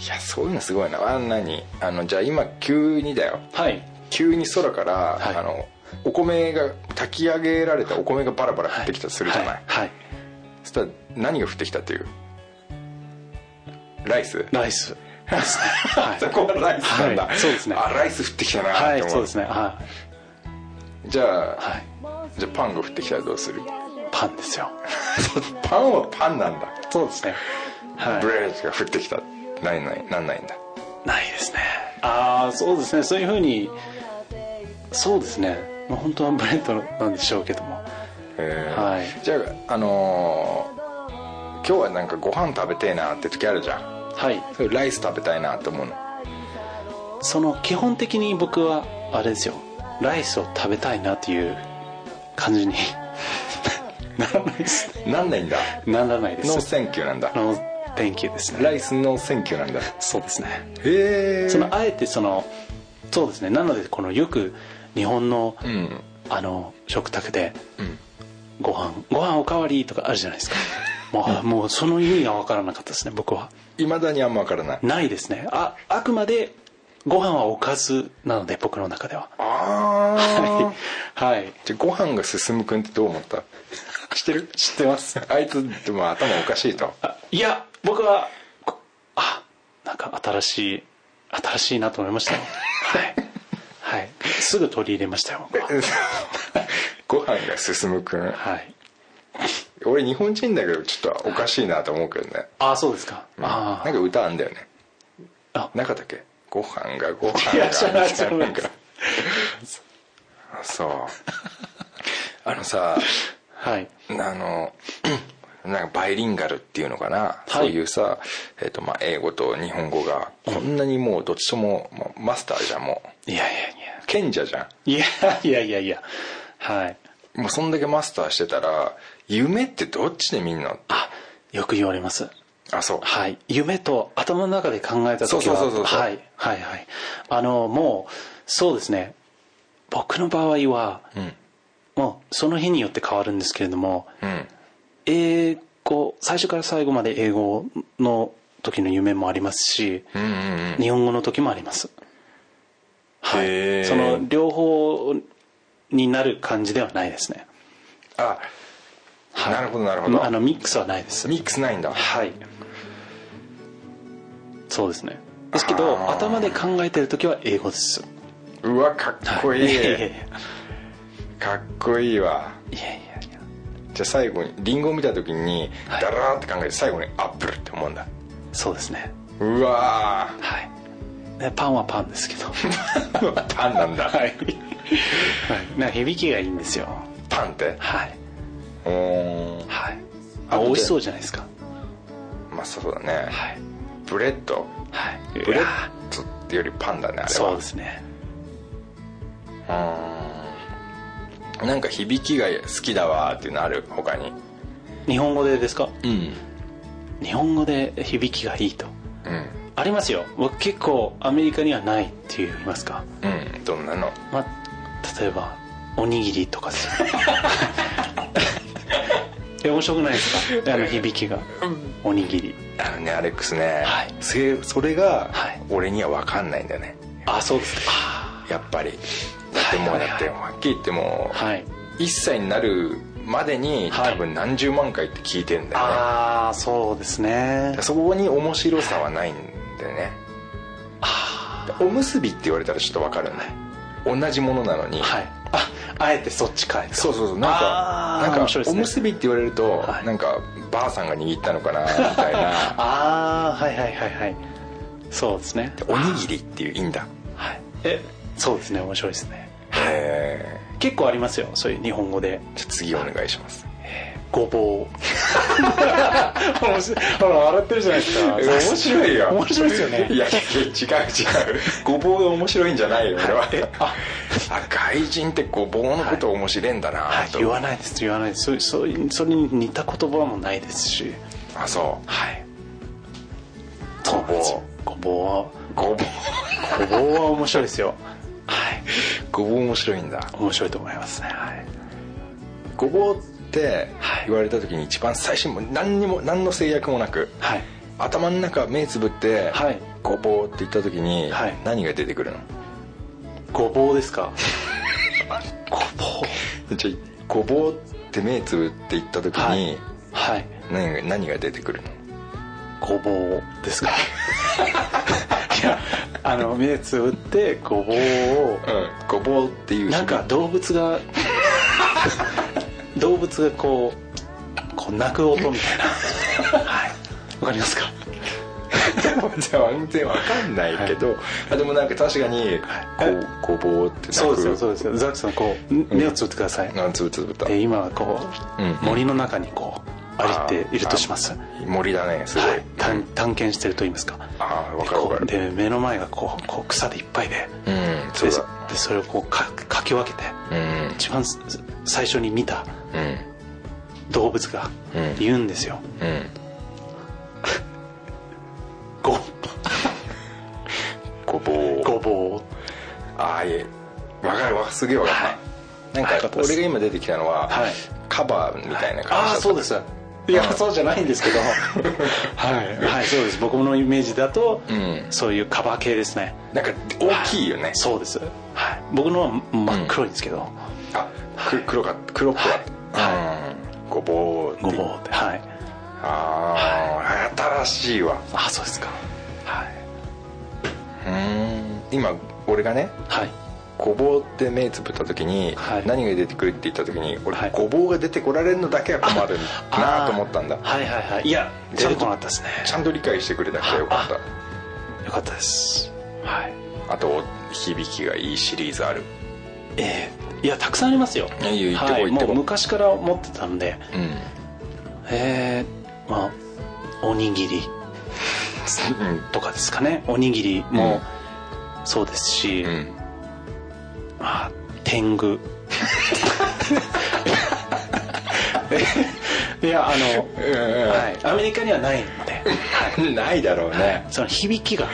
Speaker 3: いやそういうのすごいなあんなにあのじゃあ今急にだよ
Speaker 4: はい
Speaker 3: 急に空から、
Speaker 4: はい
Speaker 3: あのお米が炊き上げられたお米がバラバラ降ってきたとするじゃない、
Speaker 4: はい、はい、
Speaker 3: そしたら何が降ってきたっていうライス
Speaker 4: ライスですねは い
Speaker 3: そこはライスなんだ、
Speaker 4: はいそうですね
Speaker 3: あライス降ってきたなって思
Speaker 4: はいそうですねは
Speaker 3: じゃあ、
Speaker 4: い、はい、
Speaker 3: じゃあパンが降ってきたらどうする
Speaker 4: パンですよ
Speaker 3: パンはパンなんだ、
Speaker 4: そうですねはい
Speaker 3: ブレーキが降ってきたないないなんないんだ
Speaker 4: ないですねああそうですねそういうふうにそうですね、まあ、本当はブレッドなんでしょうけども
Speaker 3: へー
Speaker 4: はい
Speaker 3: じゃああのー今日はなんかご飯食べてえなって時あるじゃん
Speaker 4: はい
Speaker 3: それライス食べたいなって思うの
Speaker 4: その基本的に僕はあれですよライスを食べたいなっていう感じに ならないですね
Speaker 3: なんないんだ
Speaker 4: ならないで
Speaker 3: ノー
Speaker 4: す
Speaker 3: センキューなんだ
Speaker 4: ノー天気ですね
Speaker 3: ライスノーセンキューなんだ
Speaker 4: そうですね
Speaker 3: へえ
Speaker 4: そのあえてそのそうですねなのでこのよく日本の、
Speaker 3: うん
Speaker 4: あの食卓で
Speaker 3: うん
Speaker 4: ご飯ご飯おかわりとかあるじゃない ですかもうもうその意味が分からなかったですね僕はい
Speaker 3: まだにあんま分からない
Speaker 4: ないですねああくまでご飯はおかずなので僕の中では
Speaker 3: ああ
Speaker 4: はい
Speaker 3: じゃあご飯が進むくんってどう思った知ってる
Speaker 4: 知ってます
Speaker 3: あいつでも頭おかしいと
Speaker 4: あいや僕はこあなんか新しい新しいなと思い ましたよはい、はい、すぐ取り入れましたよ僕は
Speaker 3: ご飯が進むくん
Speaker 4: はい
Speaker 3: 俺日本人だけどちょっとおかしいなと思うけどね
Speaker 4: あそうですか、あ
Speaker 3: なんか歌あんだよね
Speaker 4: あ
Speaker 3: なかったっけご飯がご飯
Speaker 4: い
Speaker 3: が
Speaker 4: や知らな
Speaker 3: み
Speaker 4: い
Speaker 3: たい
Speaker 4: 知らない
Speaker 3: んかあそうあのさ
Speaker 4: はい
Speaker 3: あの なんかバイリンガルっていうのかな、そういうさ、えっとまあ、英語と日本語がこんなにもうどっちとももうマスターじゃんも
Speaker 4: いやいう
Speaker 3: 賢者じゃ
Speaker 4: やいやいやいやいやいやはい
Speaker 3: んもうそんだけマスターしてたら夢ってどっちで見んの
Speaker 4: あよく言われます
Speaker 3: あそう
Speaker 4: はい、夢と頭の中で考えた
Speaker 3: そう
Speaker 4: 時
Speaker 3: そう
Speaker 4: は
Speaker 3: そうそう
Speaker 4: はいはいはいあのもうそうですね僕の場合は、
Speaker 3: うん
Speaker 4: もうその日によって変わるんですけれども
Speaker 3: うん
Speaker 4: 英語最初から最後まで英語の時の夢もありますし、
Speaker 3: うんうんうん
Speaker 4: 日本語の時もありますは
Speaker 3: へー
Speaker 4: いその両方になる感じではないですね
Speaker 3: あ
Speaker 4: はい
Speaker 3: なるほどなるほど
Speaker 4: あのミックスはないです
Speaker 3: ミックスないんだ
Speaker 4: はいそうですねですけ
Speaker 3: あ
Speaker 4: ど
Speaker 3: ー
Speaker 4: 頭で考えてる時は英語です
Speaker 3: うわかっこい
Speaker 4: い やや
Speaker 3: い
Speaker 4: や
Speaker 3: かっこいいわ
Speaker 4: いやいやいや
Speaker 3: じゃあ最後にリンゴを見た時に
Speaker 4: はい
Speaker 3: ダラーって考えて最後にアップルって思うんだ
Speaker 4: そうですね
Speaker 3: うわ
Speaker 4: はいでパンはパンですけど
Speaker 3: ーパンなんだ、
Speaker 4: はい、はい、なんか響きがいいんですよ
Speaker 3: パンって
Speaker 4: はい
Speaker 3: おー
Speaker 4: はい
Speaker 3: あ
Speaker 4: あ美味しそう
Speaker 3: で
Speaker 4: じゃないですか
Speaker 3: まあそうだね
Speaker 4: はい
Speaker 3: ブレッド
Speaker 4: は
Speaker 3: ブ
Speaker 4: いい
Speaker 3: レ
Speaker 4: や
Speaker 3: ッドってよりパンだねあれは
Speaker 4: そうですね
Speaker 3: うーんなんか響きが好きだわーっていうのある他に
Speaker 4: 日本語でですか
Speaker 3: うん
Speaker 4: 日本語で響きがいいと
Speaker 3: うん
Speaker 4: ありますよ僕結構アメリカにはないって言いますか
Speaker 3: うんどんなの
Speaker 4: まあ、例えばおにぎりとかですよえ面白くないですかあの響きがおにぎり
Speaker 3: あのねアレックスね、
Speaker 4: はい
Speaker 3: それそれが
Speaker 4: はい
Speaker 3: 俺には分かんないんだよね、
Speaker 4: あそうですかあ
Speaker 3: やっぱりだってもう
Speaker 4: はいはい
Speaker 3: だってはっきり言ってもう、
Speaker 4: はい
Speaker 3: 1歳になるまでに
Speaker 4: はい
Speaker 3: 多分何十万回って聞いてんだよね、
Speaker 4: ああそうですね
Speaker 3: そこに面白さはないんだよねおむすびって言われたらちょっと分かるね同じものなのに、
Speaker 4: はいああえてそっちかい
Speaker 3: そうそうそうなんか
Speaker 4: あー
Speaker 3: なんか、
Speaker 4: 面白いです
Speaker 3: お
Speaker 4: ね
Speaker 3: むすびって言われると、
Speaker 4: はい
Speaker 3: なんかばあさんが握ったのかなみたい な
Speaker 4: ああはいはいはいはいそうですね
Speaker 3: おにぎりっていういいんだ
Speaker 4: はいえそうですね面白いですね
Speaker 3: へ
Speaker 4: 結構ありますよそういう日本語で
Speaker 3: ーじゃあ次お願いします
Speaker 4: ごぼう面白いほら笑ってるじゃないですか
Speaker 3: 面白いよ
Speaker 4: 面白いですよね
Speaker 3: いやいや違う違うごぼうが面白いんじゃないよ俺はあ外人ってごぼうのこと面白いんだな
Speaker 4: はい、
Speaker 3: と、
Speaker 4: 言わないです言わないですそそそれに似た言葉もないですし
Speaker 3: あそう
Speaker 4: はいそうなんですよごぼうは
Speaker 3: ごぼう
Speaker 4: ごぼうは面白いですよはい
Speaker 3: ごぼう面白いんだ
Speaker 4: 面白いと思いますねはい、
Speaker 3: ごぼうって言われた時に一番最初にも何にも何の制約もなく
Speaker 4: はい、
Speaker 3: 頭の中目つぶって
Speaker 4: はい
Speaker 3: ごぼうって言った時に
Speaker 4: はい
Speaker 3: 何が出てくるの、
Speaker 4: ごぼうですかごぼう
Speaker 3: じゃあごぼうって目つぶって言った時に
Speaker 4: はい
Speaker 3: 何が何が出てくるの
Speaker 4: ごぼうです かいやあの目つぶってごぼうを
Speaker 3: うんごぼうっていう
Speaker 4: なんか動物が動物がこうこう鳴く音みたいなはいわかりますか
Speaker 3: じゃあ全然わかんないけど、あでもなんか確かにごごぼうってなんか
Speaker 4: そうですよそうですよザックさんこうん目をつぶってください、
Speaker 3: なんつぶつぶった
Speaker 4: で今はこう、
Speaker 3: うん
Speaker 4: 森の中にこう歩いているとしますは
Speaker 3: 森だねすごい、
Speaker 4: い探探検してると言いますか
Speaker 3: ああわ
Speaker 4: で
Speaker 3: かるわ
Speaker 4: こ
Speaker 3: か
Speaker 4: う
Speaker 3: る
Speaker 4: で目の前がこうこう草でいっぱいで
Speaker 3: うんそう
Speaker 4: で
Speaker 3: だ
Speaker 4: でそれをこうかかき分けて
Speaker 3: うん
Speaker 4: 一番す最初に見た
Speaker 3: うん
Speaker 4: 動物が
Speaker 3: うん
Speaker 4: 言うんですよ、
Speaker 3: うん
Speaker 4: ご
Speaker 3: ごぼう
Speaker 4: ごぼう
Speaker 3: ああいえわかるわすげえわかる、
Speaker 4: はい
Speaker 3: なんか
Speaker 4: はい
Speaker 3: 俺が今出てきたのは、
Speaker 4: はい
Speaker 3: カバーみたいな感じだった
Speaker 4: ああそうですいや、
Speaker 3: うん
Speaker 4: そうじゃないんです けどはい、はい、そうです僕のイメージだと、
Speaker 3: うん
Speaker 4: そういうカバー系ですね
Speaker 3: なんか大きいよね、
Speaker 4: そうです、はい、僕のは真っ黒いんですけど、
Speaker 3: あく黒か黒っぽかった、うんごぼう
Speaker 4: ごぼうってはい
Speaker 3: ああ新しいわ
Speaker 4: あそうですかはい、
Speaker 3: うん今俺がね
Speaker 4: はい、
Speaker 3: ごぼうって目つぶった時に、
Speaker 4: はい
Speaker 3: 何が出てくるって言った時に俺、
Speaker 4: はい
Speaker 3: ごぼうが出てこられるのだけは困るなあと思ったんだ
Speaker 4: あーはいはいはいいや
Speaker 3: 出
Speaker 4: 出
Speaker 3: てこ
Speaker 4: てこなかったですね
Speaker 3: ちゃんと理解してくれなくてよかっ
Speaker 4: よかったですはい
Speaker 3: たあと響きがいいシリーズある
Speaker 4: えーいやたくさんありますよ
Speaker 3: いやいいよ言ってこい
Speaker 4: はい
Speaker 3: 言って
Speaker 4: も
Speaker 3: こいう
Speaker 4: 昔から持ってたんで
Speaker 3: うん
Speaker 4: えーまあおにぎりとかですかねおにぎりもそうですし、
Speaker 3: うん、うん、
Speaker 4: まあ天狗 いやあの、はい、アメリカにはないんで、はい
Speaker 3: ないだろうね
Speaker 4: その響きがも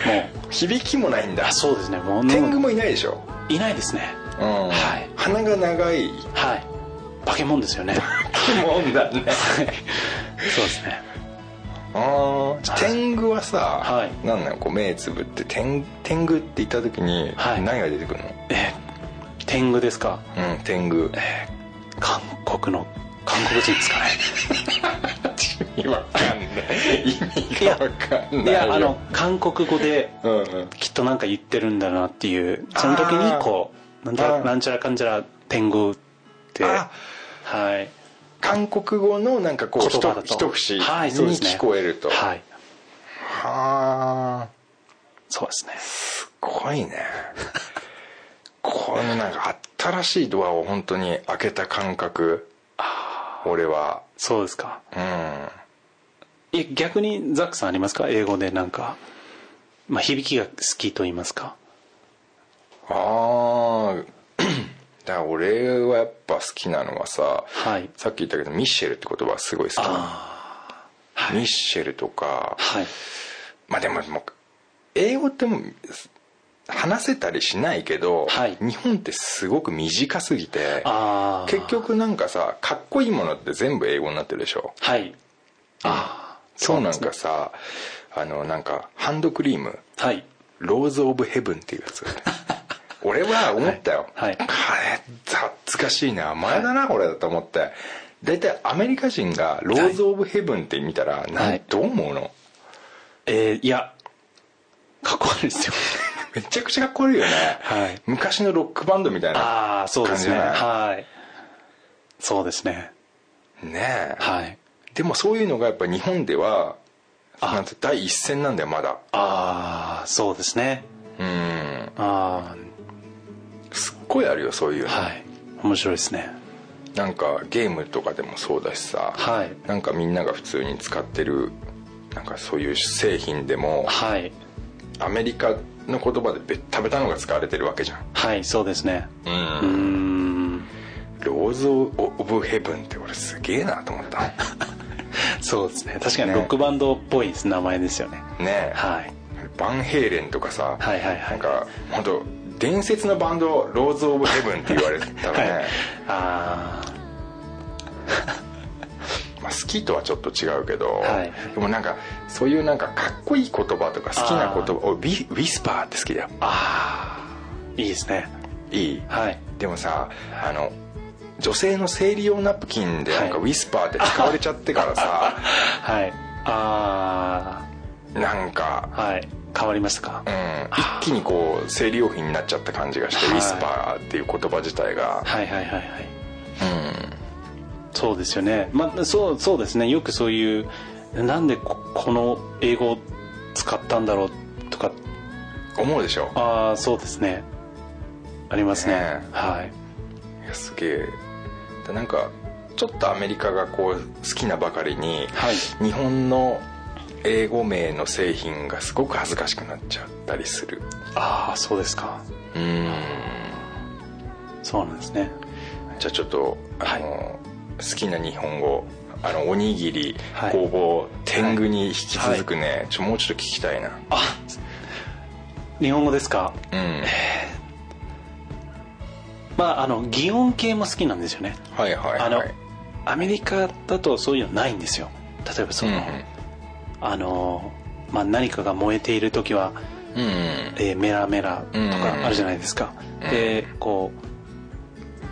Speaker 4: う
Speaker 3: 響きもないんだ
Speaker 4: あそうですねもう
Speaker 3: 天狗もいないでしょ、
Speaker 4: いないですね
Speaker 3: うん
Speaker 4: はい
Speaker 3: 鼻が長い
Speaker 4: はい化け物ですよね
Speaker 3: もんだね
Speaker 4: そうですね
Speaker 3: ああ天狗はさ、
Speaker 4: はい
Speaker 3: なんなのこう目つぶって天天狗って言った時に
Speaker 4: はい
Speaker 3: 何が出てくるの、
Speaker 4: えー天狗ですか
Speaker 3: うん天狗
Speaker 4: えー韓国の韓国人です かね
Speaker 3: 意味わかんない意味がわかんない
Speaker 4: いやあの韓国語で
Speaker 3: うんうん
Speaker 4: きっとなんか言ってるんだなっていうその時にこうなん
Speaker 3: あ
Speaker 4: だ
Speaker 3: ー
Speaker 4: なんちゃらかんちゃら天狗って
Speaker 3: あ
Speaker 4: はい
Speaker 3: 韓国語のなんかこう
Speaker 4: 言
Speaker 3: 一
Speaker 4: 葉だと
Speaker 3: 一節に
Speaker 4: はいそうですね
Speaker 3: 聞こえると
Speaker 4: はい
Speaker 3: はあ
Speaker 4: そうですね
Speaker 3: すごいねこのなんか新しいドアを本当に開けた感覚俺は
Speaker 4: そうですか
Speaker 3: うん
Speaker 4: え逆にザックさんありますか英語でなんか、まあ、響きが好きと言いますか
Speaker 3: ああだから俺はやっぱ好きなのはさ、
Speaker 4: はい
Speaker 3: さっき言ったけどミッシェルって言葉すごい好きミッシェルとか
Speaker 4: はい
Speaker 3: まあでももう英語ってもう話せたりしないけど、
Speaker 4: はい
Speaker 3: 日本ってすごく短すぎて
Speaker 4: ああ
Speaker 3: 結局なんかさかっこいいものって全部英語になってるでしょ
Speaker 4: はいあ
Speaker 3: 今日なんかさあのなんかハンドクリーム
Speaker 4: あはい
Speaker 3: ローズ・オブ・ヘブンっていうや つ俺は思ったよ、
Speaker 4: はいはい
Speaker 3: あれ恥ずかしいな前だな、これと思って大体アメリカ人が「ローズ・オブ・ヘブン」って見たら、なん
Speaker 4: はい
Speaker 3: どう思うの
Speaker 4: えーいやかっこ悪い ですよ
Speaker 3: めちゃくちゃかっこいいよね、
Speaker 4: はい
Speaker 3: 昔のロックバンドみたいな
Speaker 4: ああそうですね
Speaker 3: 感じじゃ
Speaker 4: はいそうですね
Speaker 3: ねえ、
Speaker 4: はい
Speaker 3: でもそういうのがやっぱ日本では
Speaker 4: あ
Speaker 3: なんて第一線なんだよまだ
Speaker 4: ああそうですね
Speaker 3: うん
Speaker 4: あ
Speaker 3: すっごいあるよそういう
Speaker 4: あ
Speaker 3: の、
Speaker 4: はい面白いですね
Speaker 3: なんかゲームとかでもそうだしさ、
Speaker 4: はい
Speaker 3: なんかみんなが普通に使ってるなんかそういう製品でも
Speaker 4: はい
Speaker 3: アメリカの言葉でベッタベタのが使われてるわけじゃん
Speaker 4: はいそうですね
Speaker 3: う
Speaker 4: うんーん
Speaker 3: ローズ・オブ・ヘブンって俺すげえなと思 ったね
Speaker 4: そうですね確かに
Speaker 3: ね
Speaker 4: ロックバンドっぽいです名前ですよね
Speaker 3: え
Speaker 4: はい
Speaker 3: バンヘイレンとかさ、
Speaker 4: はいはいはい
Speaker 3: なんか本当伝説のバンドローズ・オブ・ヘブンって言われてたらね、
Speaker 4: はいああ
Speaker 3: まあ、好きとはちょっと違うけど、
Speaker 4: はい
Speaker 3: でもなんかそういうなんかかっこいい言葉とか好きな言葉おウィウィスパーって好きだよ
Speaker 4: いいですね
Speaker 3: いい
Speaker 4: はい
Speaker 3: でもさあの女性の生理用ナプキンでなんかウ
Speaker 4: はい
Speaker 3: ィスパーって使われちゃってからさ、
Speaker 4: はいあ
Speaker 3: なんか
Speaker 4: あはい変わりましたか
Speaker 3: うん一気にこう生理用品になっちゃった感じがして、
Speaker 4: はい
Speaker 3: ウィスパーっていう言葉自体が、
Speaker 4: はいはいはいはいそうですよねまあそうそうですねよくそういうなんでここの英語を使ったんだろうとか
Speaker 3: うん、思うでしょ
Speaker 4: ああそうですねありますね
Speaker 3: ねえ
Speaker 4: はい
Speaker 3: いやすげえでなんかちょっとアメリカがこう好きなばかりに、
Speaker 4: はい
Speaker 3: 日本の英語名の製品がすごく恥ずかしくなっちゃったりする
Speaker 4: ああそうですか
Speaker 3: うん
Speaker 4: そうなんですね
Speaker 3: じゃあちょっとあの、好きな日本語あのおにぎり、
Speaker 4: はい
Speaker 3: ごぼう天狗に引き続くね、ちょもうちょっと聞きたいな
Speaker 4: あ日本語ですか
Speaker 3: うん
Speaker 4: まああの擬音系も好きなんですよね
Speaker 3: はいはい
Speaker 4: あの、
Speaker 3: はい
Speaker 4: アメリカだとそういうのないんですよ例えばその、あのまあ、何かが燃えている時は、
Speaker 3: うんうん
Speaker 4: えーメラメラと
Speaker 3: うん
Speaker 4: かあるじゃないですか、でこう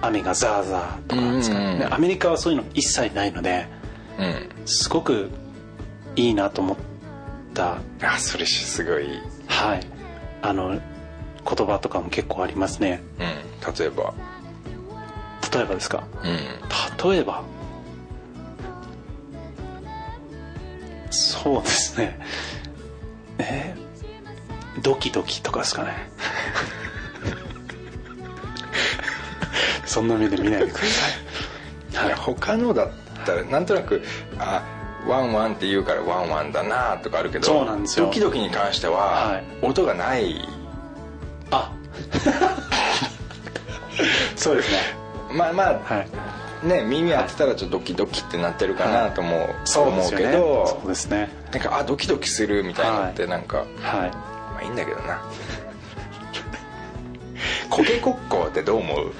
Speaker 4: 雨がザーザーとかですか、
Speaker 3: うんうんうん
Speaker 4: でアメリカはそういうの一切ないので
Speaker 3: うんうん
Speaker 4: すごくいいなと思った
Speaker 3: あそれすごい、うん、
Speaker 4: はいあの言葉とかも結構ありますね
Speaker 3: 例えば
Speaker 4: 例えばですか
Speaker 3: うん
Speaker 4: 例えばそうですねえードキドキとかですかねそんな目で見ないでください、
Speaker 3: い
Speaker 4: は
Speaker 3: や
Speaker 4: い、
Speaker 3: 他のだったらなんとなくあワンワンって言うからワンワンだなとかあるけど
Speaker 4: そうなんですよ
Speaker 3: ドキドキに関しては、
Speaker 4: はい
Speaker 3: 音がない
Speaker 4: あそうですね
Speaker 3: まあまあ、
Speaker 4: はい
Speaker 3: ね耳当てたらちょっとドキドキってなってるかなとも思う,、
Speaker 4: そうですよ
Speaker 3: け
Speaker 4: ね
Speaker 3: ど
Speaker 4: そうですね
Speaker 3: なんかあドキドキするみたいなのってなんか、
Speaker 4: はい
Speaker 3: まあいいんだけどな コケコッコってどう思う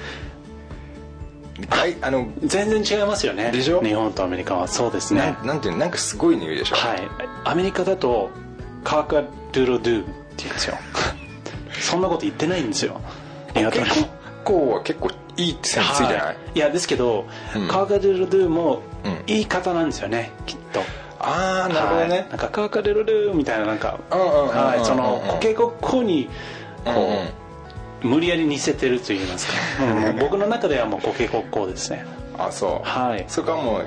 Speaker 3: はいあの
Speaker 4: 全然違いますよね
Speaker 3: でしょ
Speaker 4: 日本とアメリカはそうですね
Speaker 3: ななんていうのなんかすごいの言うでしょ、
Speaker 4: はいアメリカだとカーカドゥロドゥって言うんですよそんなこと言ってないんですよ苦手な
Speaker 3: 結構は結構いいセンスついてない、
Speaker 4: はいいやですけど、
Speaker 3: うん
Speaker 4: カーカドゥロドゥも
Speaker 3: うん
Speaker 4: 言い方なんですよねきっと
Speaker 3: ああなるほど
Speaker 4: はい
Speaker 3: ね、
Speaker 4: なんかカーカドゥロドゥみたいななんか
Speaker 3: うんうんうんうんうん
Speaker 4: はいそのコケコッコにこう、
Speaker 3: うんうん
Speaker 4: 無理やり似せてると言いますか、 うん僕の中ではもうコケコッコですね
Speaker 3: あそう
Speaker 4: はい
Speaker 3: そこはもう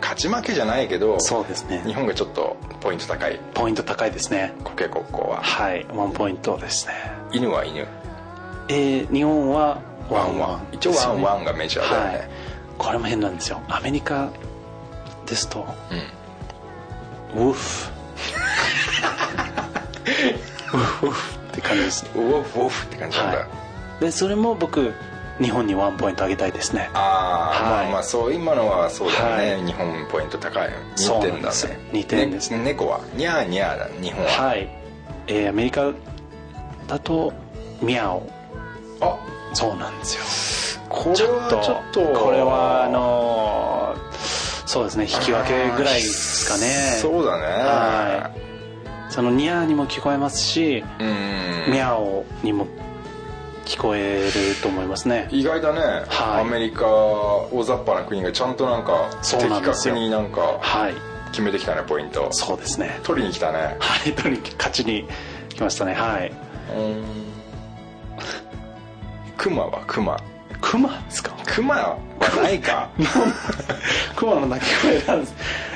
Speaker 3: 勝ち負けじゃないけど
Speaker 4: そうですね
Speaker 3: 日本がちょっとポイント高い
Speaker 4: ポイント高いですね
Speaker 3: コケコッコは
Speaker 4: はいワンポイントですね
Speaker 3: 犬は犬
Speaker 4: えー日本は
Speaker 3: ワンワン一応ワンワンがメジャーだよ
Speaker 4: はい
Speaker 3: ね、
Speaker 4: これも変なんですよアメリカですと、ウーフウーフウーフって感じですね、
Speaker 3: ウォフウォフって感じなんだ、
Speaker 4: はい、でそれも僕日本にワンポイントあげたいですね
Speaker 3: ああ、
Speaker 4: はい
Speaker 3: まあまあそう今のはそうだよね、
Speaker 4: は
Speaker 3: 日本ポイント高い似
Speaker 4: そう
Speaker 3: て
Speaker 4: なんん
Speaker 3: だ
Speaker 4: です
Speaker 3: ね
Speaker 4: 似てるんですね
Speaker 3: 猫はニャーニャーだ日本は、
Speaker 4: はい、えーアメリカだとミャオ
Speaker 3: あ
Speaker 4: そうなんですよ
Speaker 3: これ
Speaker 4: ちょ
Speaker 3: は
Speaker 4: っと
Speaker 3: ちょっと
Speaker 4: これはあのーそうですね引き分けぐらいですかね
Speaker 3: そうだね
Speaker 4: はいそのニャーにも聞こえますし、
Speaker 3: うん
Speaker 4: ミャオにも聞こえると思いますね
Speaker 3: 意外だね、
Speaker 4: はい
Speaker 3: アメリカ大雑把な国がちゃんとなんか
Speaker 4: そうなんです
Speaker 3: 的確
Speaker 4: よ
Speaker 3: になんか
Speaker 4: はい
Speaker 3: 決めてきたねポイント
Speaker 4: そうですね
Speaker 3: 取りに来たね
Speaker 4: はいとにかく勝ちに来ましたねはい
Speaker 3: クマはクマ
Speaker 4: クマですか
Speaker 3: クマはないか
Speaker 4: クマの鳴き声なんです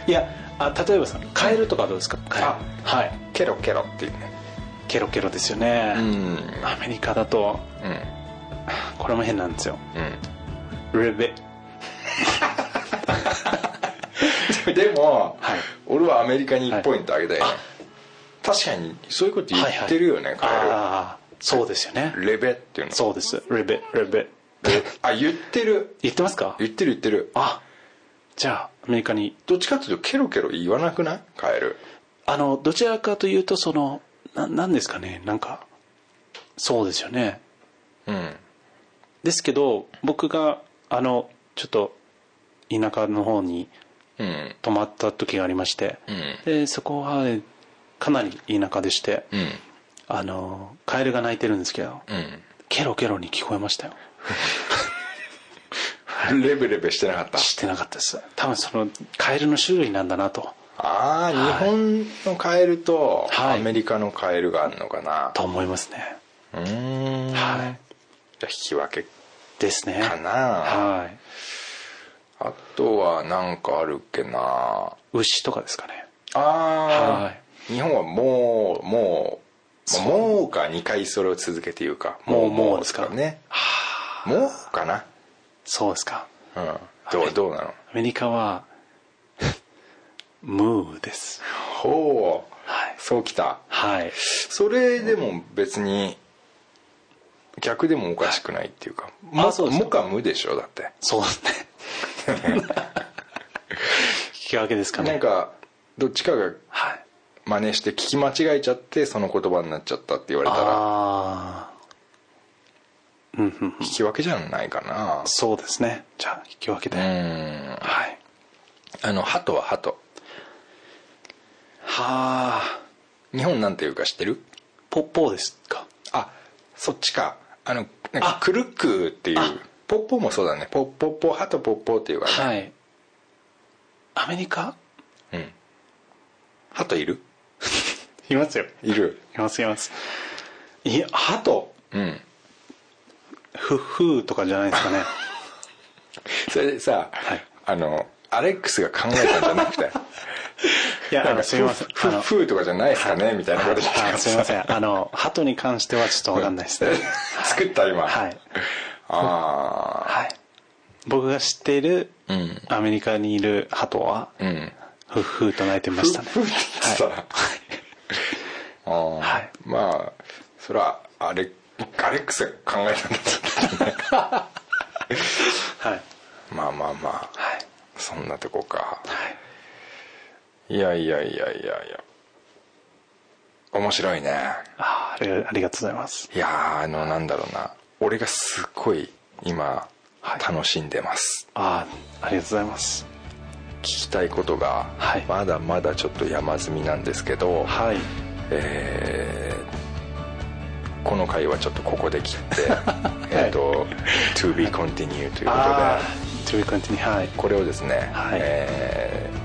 Speaker 4: いやあ例えばさカエルとかどうですかカエル
Speaker 3: あ
Speaker 4: はい
Speaker 3: ケロケロっていうね
Speaker 4: ケロケロですよね、
Speaker 3: うんうん
Speaker 4: アメリカだとこれも変なんですよレベ
Speaker 3: うんでも、
Speaker 4: はい
Speaker 3: 俺はアメリカに1ポイントあげたいね、確かにそういうこと言ってるよね、カ
Speaker 4: ああそうですよね
Speaker 3: エルレベっていうの
Speaker 4: そうですレベレベ
Speaker 3: あ言ってる
Speaker 4: 言ってますか
Speaker 3: 言ってる言ってる
Speaker 4: あじゃあアメリカに
Speaker 3: どっちかっていうとケロケロ言わなくないカエル
Speaker 4: あのどちらかというとそのななんですかねなんかそうですよね
Speaker 3: うん
Speaker 4: ですけど僕があのちょっと田舎の方に
Speaker 3: うん
Speaker 4: 泊まった時がありまして、
Speaker 3: うん
Speaker 4: でそこはねかなり田舎でして、
Speaker 3: うん
Speaker 4: あのカエルが鳴いてるんですけど
Speaker 3: うん
Speaker 4: ケロケロに聞こえましたよ
Speaker 3: レベレベしてなかった
Speaker 4: してなかったです多分そのカエルの種類なんだなと
Speaker 3: ああ日本のカエルと
Speaker 4: は
Speaker 3: ア
Speaker 4: い
Speaker 3: メリカのカエルがあるのかな
Speaker 4: と思いますね
Speaker 3: うーん
Speaker 4: はい
Speaker 3: じゃあ引き分け
Speaker 4: ですね
Speaker 3: かな
Speaker 4: はい
Speaker 3: あとは何かあるっけな
Speaker 4: 牛とかですかね
Speaker 3: ああ、
Speaker 4: はい
Speaker 3: 日本はもうもう
Speaker 4: そう
Speaker 3: もうか2回それを続けて言うか
Speaker 4: もうもう
Speaker 3: ですからねもうかな
Speaker 4: そうですか
Speaker 3: うんどうどうなの
Speaker 4: アメリカは ムーです
Speaker 3: ほう
Speaker 4: はい
Speaker 3: そうきた
Speaker 4: はい
Speaker 3: それでも別に逆でもおかしくないっていうか「も」
Speaker 4: そうですか
Speaker 3: もか「無」でしょだって
Speaker 4: そうですね聞き分けですかね
Speaker 3: なんかどっちかが
Speaker 4: はい
Speaker 3: 真似して聞き間違えちゃってその言葉になっちゃったって言われたら
Speaker 4: ああうんうん
Speaker 3: 聞き分けじゃないかな
Speaker 4: そうですねじゃあ引き分けで、
Speaker 3: うん
Speaker 4: はい
Speaker 3: あの鳩は鳩
Speaker 4: はあ
Speaker 3: 日本なんていうか知ってる
Speaker 4: ポッポーですか
Speaker 3: あそっちかあのなん
Speaker 4: あ
Speaker 3: かクルックーっていう
Speaker 4: あ
Speaker 3: ポッポーもそうだねポッポッポハとポッポーっていうからね、
Speaker 4: いアメリカ
Speaker 3: うんハトいる
Speaker 4: いますよ
Speaker 3: いる
Speaker 4: いますいますいやハト
Speaker 3: うん
Speaker 4: フッフーとかじゃ ないですかね
Speaker 3: それでさ、
Speaker 4: はい
Speaker 3: あのアレックスが考えたんじゃなくて
Speaker 4: いや
Speaker 3: な
Speaker 4: あ
Speaker 3: ん
Speaker 4: の
Speaker 3: か
Speaker 4: すみません
Speaker 3: ふ
Speaker 4: あの
Speaker 3: ふふーとかじゃないですかねみたいなこと言ってた
Speaker 4: はいすみませんあのハトに関してはちょっと分かんないですね
Speaker 3: 作った今
Speaker 4: はい
Speaker 3: あ
Speaker 4: はい僕が知っている
Speaker 3: あうん
Speaker 4: アメリカにいるハトは
Speaker 3: うん
Speaker 4: フッフーと鳴いてましたね
Speaker 3: ふふーってさあー
Speaker 4: はい
Speaker 3: まあそれはアレアレックスが考えたんだったね
Speaker 4: は い
Speaker 3: まあまあまあ
Speaker 4: はい
Speaker 3: そんなとこか
Speaker 4: はい
Speaker 3: いやいやいやいやいや面白いね
Speaker 4: あーありがありがとうございます
Speaker 3: いやーあのなんだろうな俺がすっごい今
Speaker 4: はい
Speaker 3: 楽しんでます、
Speaker 4: ああありがとうございます
Speaker 3: 聞きたいことが、
Speaker 4: はい
Speaker 3: まだまだちょっと山積みなんですけど、
Speaker 4: はい
Speaker 3: えーこの回はちょっとここで切 って、えっと「To be continued」という
Speaker 4: あ
Speaker 3: ことで
Speaker 4: あ To be continue はい
Speaker 3: これをですね、
Speaker 4: はい
Speaker 3: えー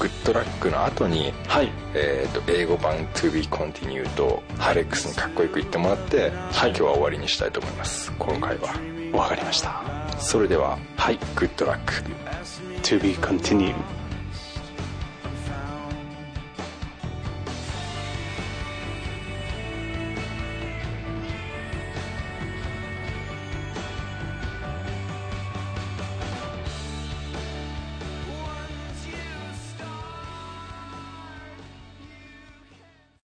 Speaker 3: グッドラックの後に
Speaker 4: はい
Speaker 3: えー、と英語版「ToBeContinued」をアレックスにかっこよく言ってもらって、
Speaker 4: はい
Speaker 3: 今日は終わりにしたいと思いますこの回は
Speaker 4: わかりました
Speaker 3: それでは
Speaker 4: はい
Speaker 3: グッドラック
Speaker 4: To be continued